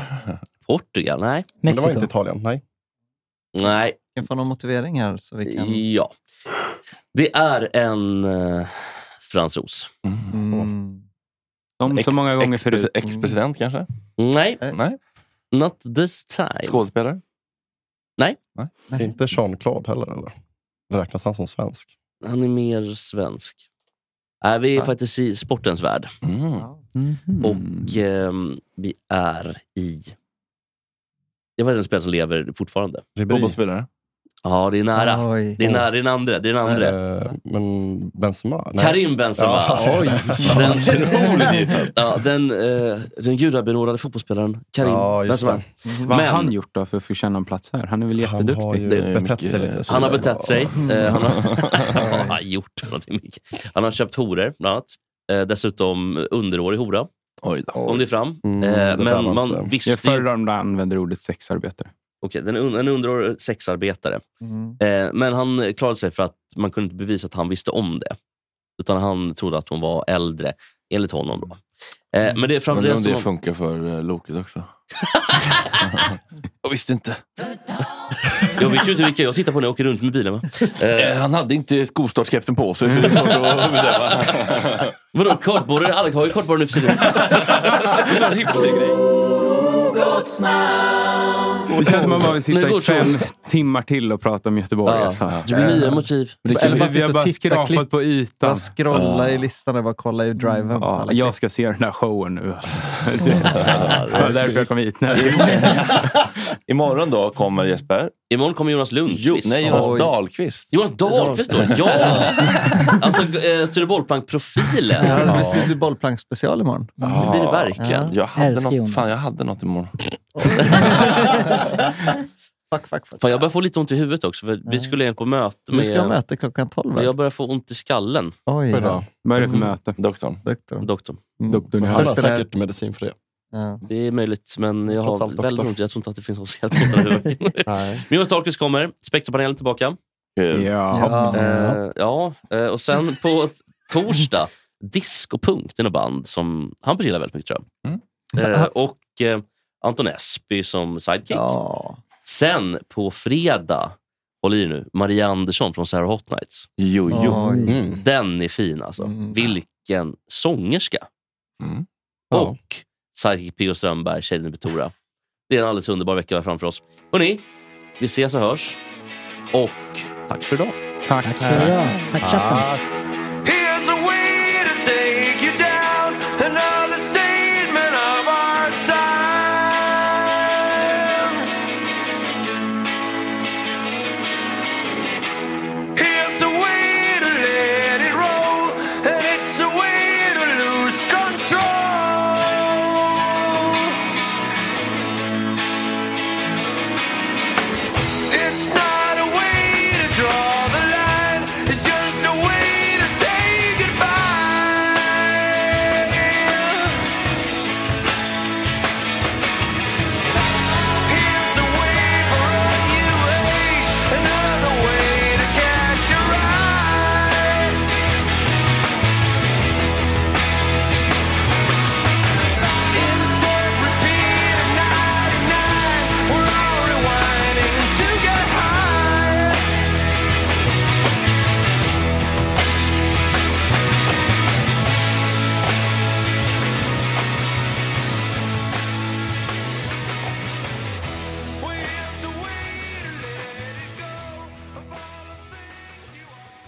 S2: Portugal? Nej.
S5: Men det var inte Italien, nej.
S2: Nej.
S6: Kan jag få någon motivering här? Så vi kan...
S2: Ja. Det är en eh, fransos.
S6: Mm.
S3: Som så många gånger förut.
S1: Ex-president kanske?
S2: Nej.
S1: Nej.
S2: Not this time.
S1: Skådespelare?
S2: Nej.
S5: Det är inte Jean-Claude heller, eller? Räknas han som svensk?
S2: Han är mer svensk. Nej, vi är faktiskt i sportens värld. Och ehm, vi är i... Jag vet en spelare som lever fortfarande.
S5: Ribéry.
S1: Fotbollsspelare?
S2: Ja, det är nära.
S6: Oj.
S2: Det är nära. Det är den andra. Det är den andra.
S5: Eh, men Benzema? Nej.
S2: Karim Benzema.
S5: Ja. Oj.
S2: Den,
S5: Otroligt gissat.
S2: ja, den, eh, den gudabenådade fotbollsspelaren Karim
S3: Ja, just
S2: Benzema.
S6: Mm.
S3: det. Vad har han gjort då för att förtjäna en plats här? Han är väl jätteduktig?
S5: ju betett sig lite
S2: Han har betett sig. Eh, han har, Vad har han gjort för någonting, Micke? Han har köpt horor, bland annat. Eh, dessutom underårig hora.
S1: Oj då.
S2: Kom det fram.
S5: Mm,
S2: eh,
S5: det där var
S2: men man
S5: inte-
S2: visste
S3: Jag
S2: ju...
S3: föredrar om du använder ordet sexarbetare.
S2: Okej, den är un- en underårig sexarbetare.
S6: Mm.
S2: Eh, men han klarade sig för att man kunde inte bevisa att han visste om det. Utan han trodde att hon var äldre, enligt honom. Då. Eh, men det är framför
S1: Undrar
S2: det
S1: om det
S2: som...
S1: funkar för eh, Loket också. jag visste inte.
S2: Jag vet ju inte vilka jag tittar på när jag åker runt med bilen. Va? Eh,
S1: Eh, han hade inte skostartskepsen på sig. Så det är svårt att bedöma.
S2: vadå, kartborrar? Alla har ju kartborrar nu för tiden. Det är en hyfsig grej.
S3: Det känns som att man vill
S2: Men
S3: sitta
S2: det går
S3: i fem
S2: så.
S3: timmar till och prata om Göteborg.
S2: Ja.
S3: Alltså.
S2: Det blir
S6: Eh,
S2: nya motiv.
S6: Eller bara
S3: Vi
S6: sitta
S3: har
S6: och
S3: bara
S6: titta,
S3: skrapat
S6: klipp,
S3: på ytan.
S6: bara scrolla i listan och bara kolla i driven. på
S3: Ja,
S6: alla
S3: jag
S6: klipp.
S3: ska se den här showen nu. Det var därför jag kom hit. Nej.
S1: Imorgon då kommer Jesper.
S2: Imorgon kommer Jonas
S1: Jo,
S2: Lundqvist.
S1: nej, Jonas Dahlqvist.
S2: Jonas Dahlqvist då? Ja! Alltså, eh, Sture Bollplank-profilen.
S6: Ja, det blir- det blir bollplankspecial imorgon.
S2: Det blir det verkligen.
S1: Jag hade,
S7: Älskar
S1: något,
S7: Jonas.
S1: fan, jag hade något imorgon.
S6: Fuck, fuck, fuck.
S2: Fan, jag börjar få lite ont i huvudet också. För vi skulle egentligen gå möte
S6: Vi
S2: med...
S6: ska ha möte klockan 12.
S2: Men
S6: va?
S2: jag börjar få ont i skallen,
S6: Oj,
S5: Idag.
S6: ja.
S3: Vad är det för möte?
S1: Mm. Doktorn.
S6: doktorn.
S2: doktorn.
S6: Mm.
S3: Doktorn
S5: Han har
S3: här.
S5: säkert medicin för det.
S6: Ja.
S2: Det är möjligt, men jag
S5: Trots
S2: har
S5: allt doktor.
S2: väldigt ont. Jag tror inte att det finns någon som hjälper mig överhuvudtaget.
S5: Nej.
S2: Men Jonas Dahlqvist kommer. Spektrapanelen tillbaka.
S3: Ja.
S2: Eh, ja, eh, och sen på torsdag, Disco Punk. Det är något band som han gillar väldigt mycket, tror jag. Eh, och eh, Anton Esby som sidekick.
S6: Ja.
S2: Sen på fredag, håll i er nu, Maria Andersson från Sarah Hot Nights.
S1: Jo, jo.
S6: Oj.
S1: Mm.
S2: Den är fin alltså.
S6: Mm.
S2: Vilken sångerska!
S1: Mm.
S5: Ja.
S2: Och Sarkis P.O. Strömberg, Shading Betora. Det är en alldeles underbar vecka vi har framför oss. Hörrni, vi ses och hörs. Och tack för idag.
S3: Tack.
S7: Ja, tack chatten.
S11: Here's a way to take you down another statement of our times. Here's a way to let it roll, and it's a way to lose control. It's not a way to draw the line. It's just a way to say goodbye. Here's a way for a new age, another way to catch a ride. Instead, repeat a night and night. We're all rewinding to get high. Where's the way to let it go of all the things you are?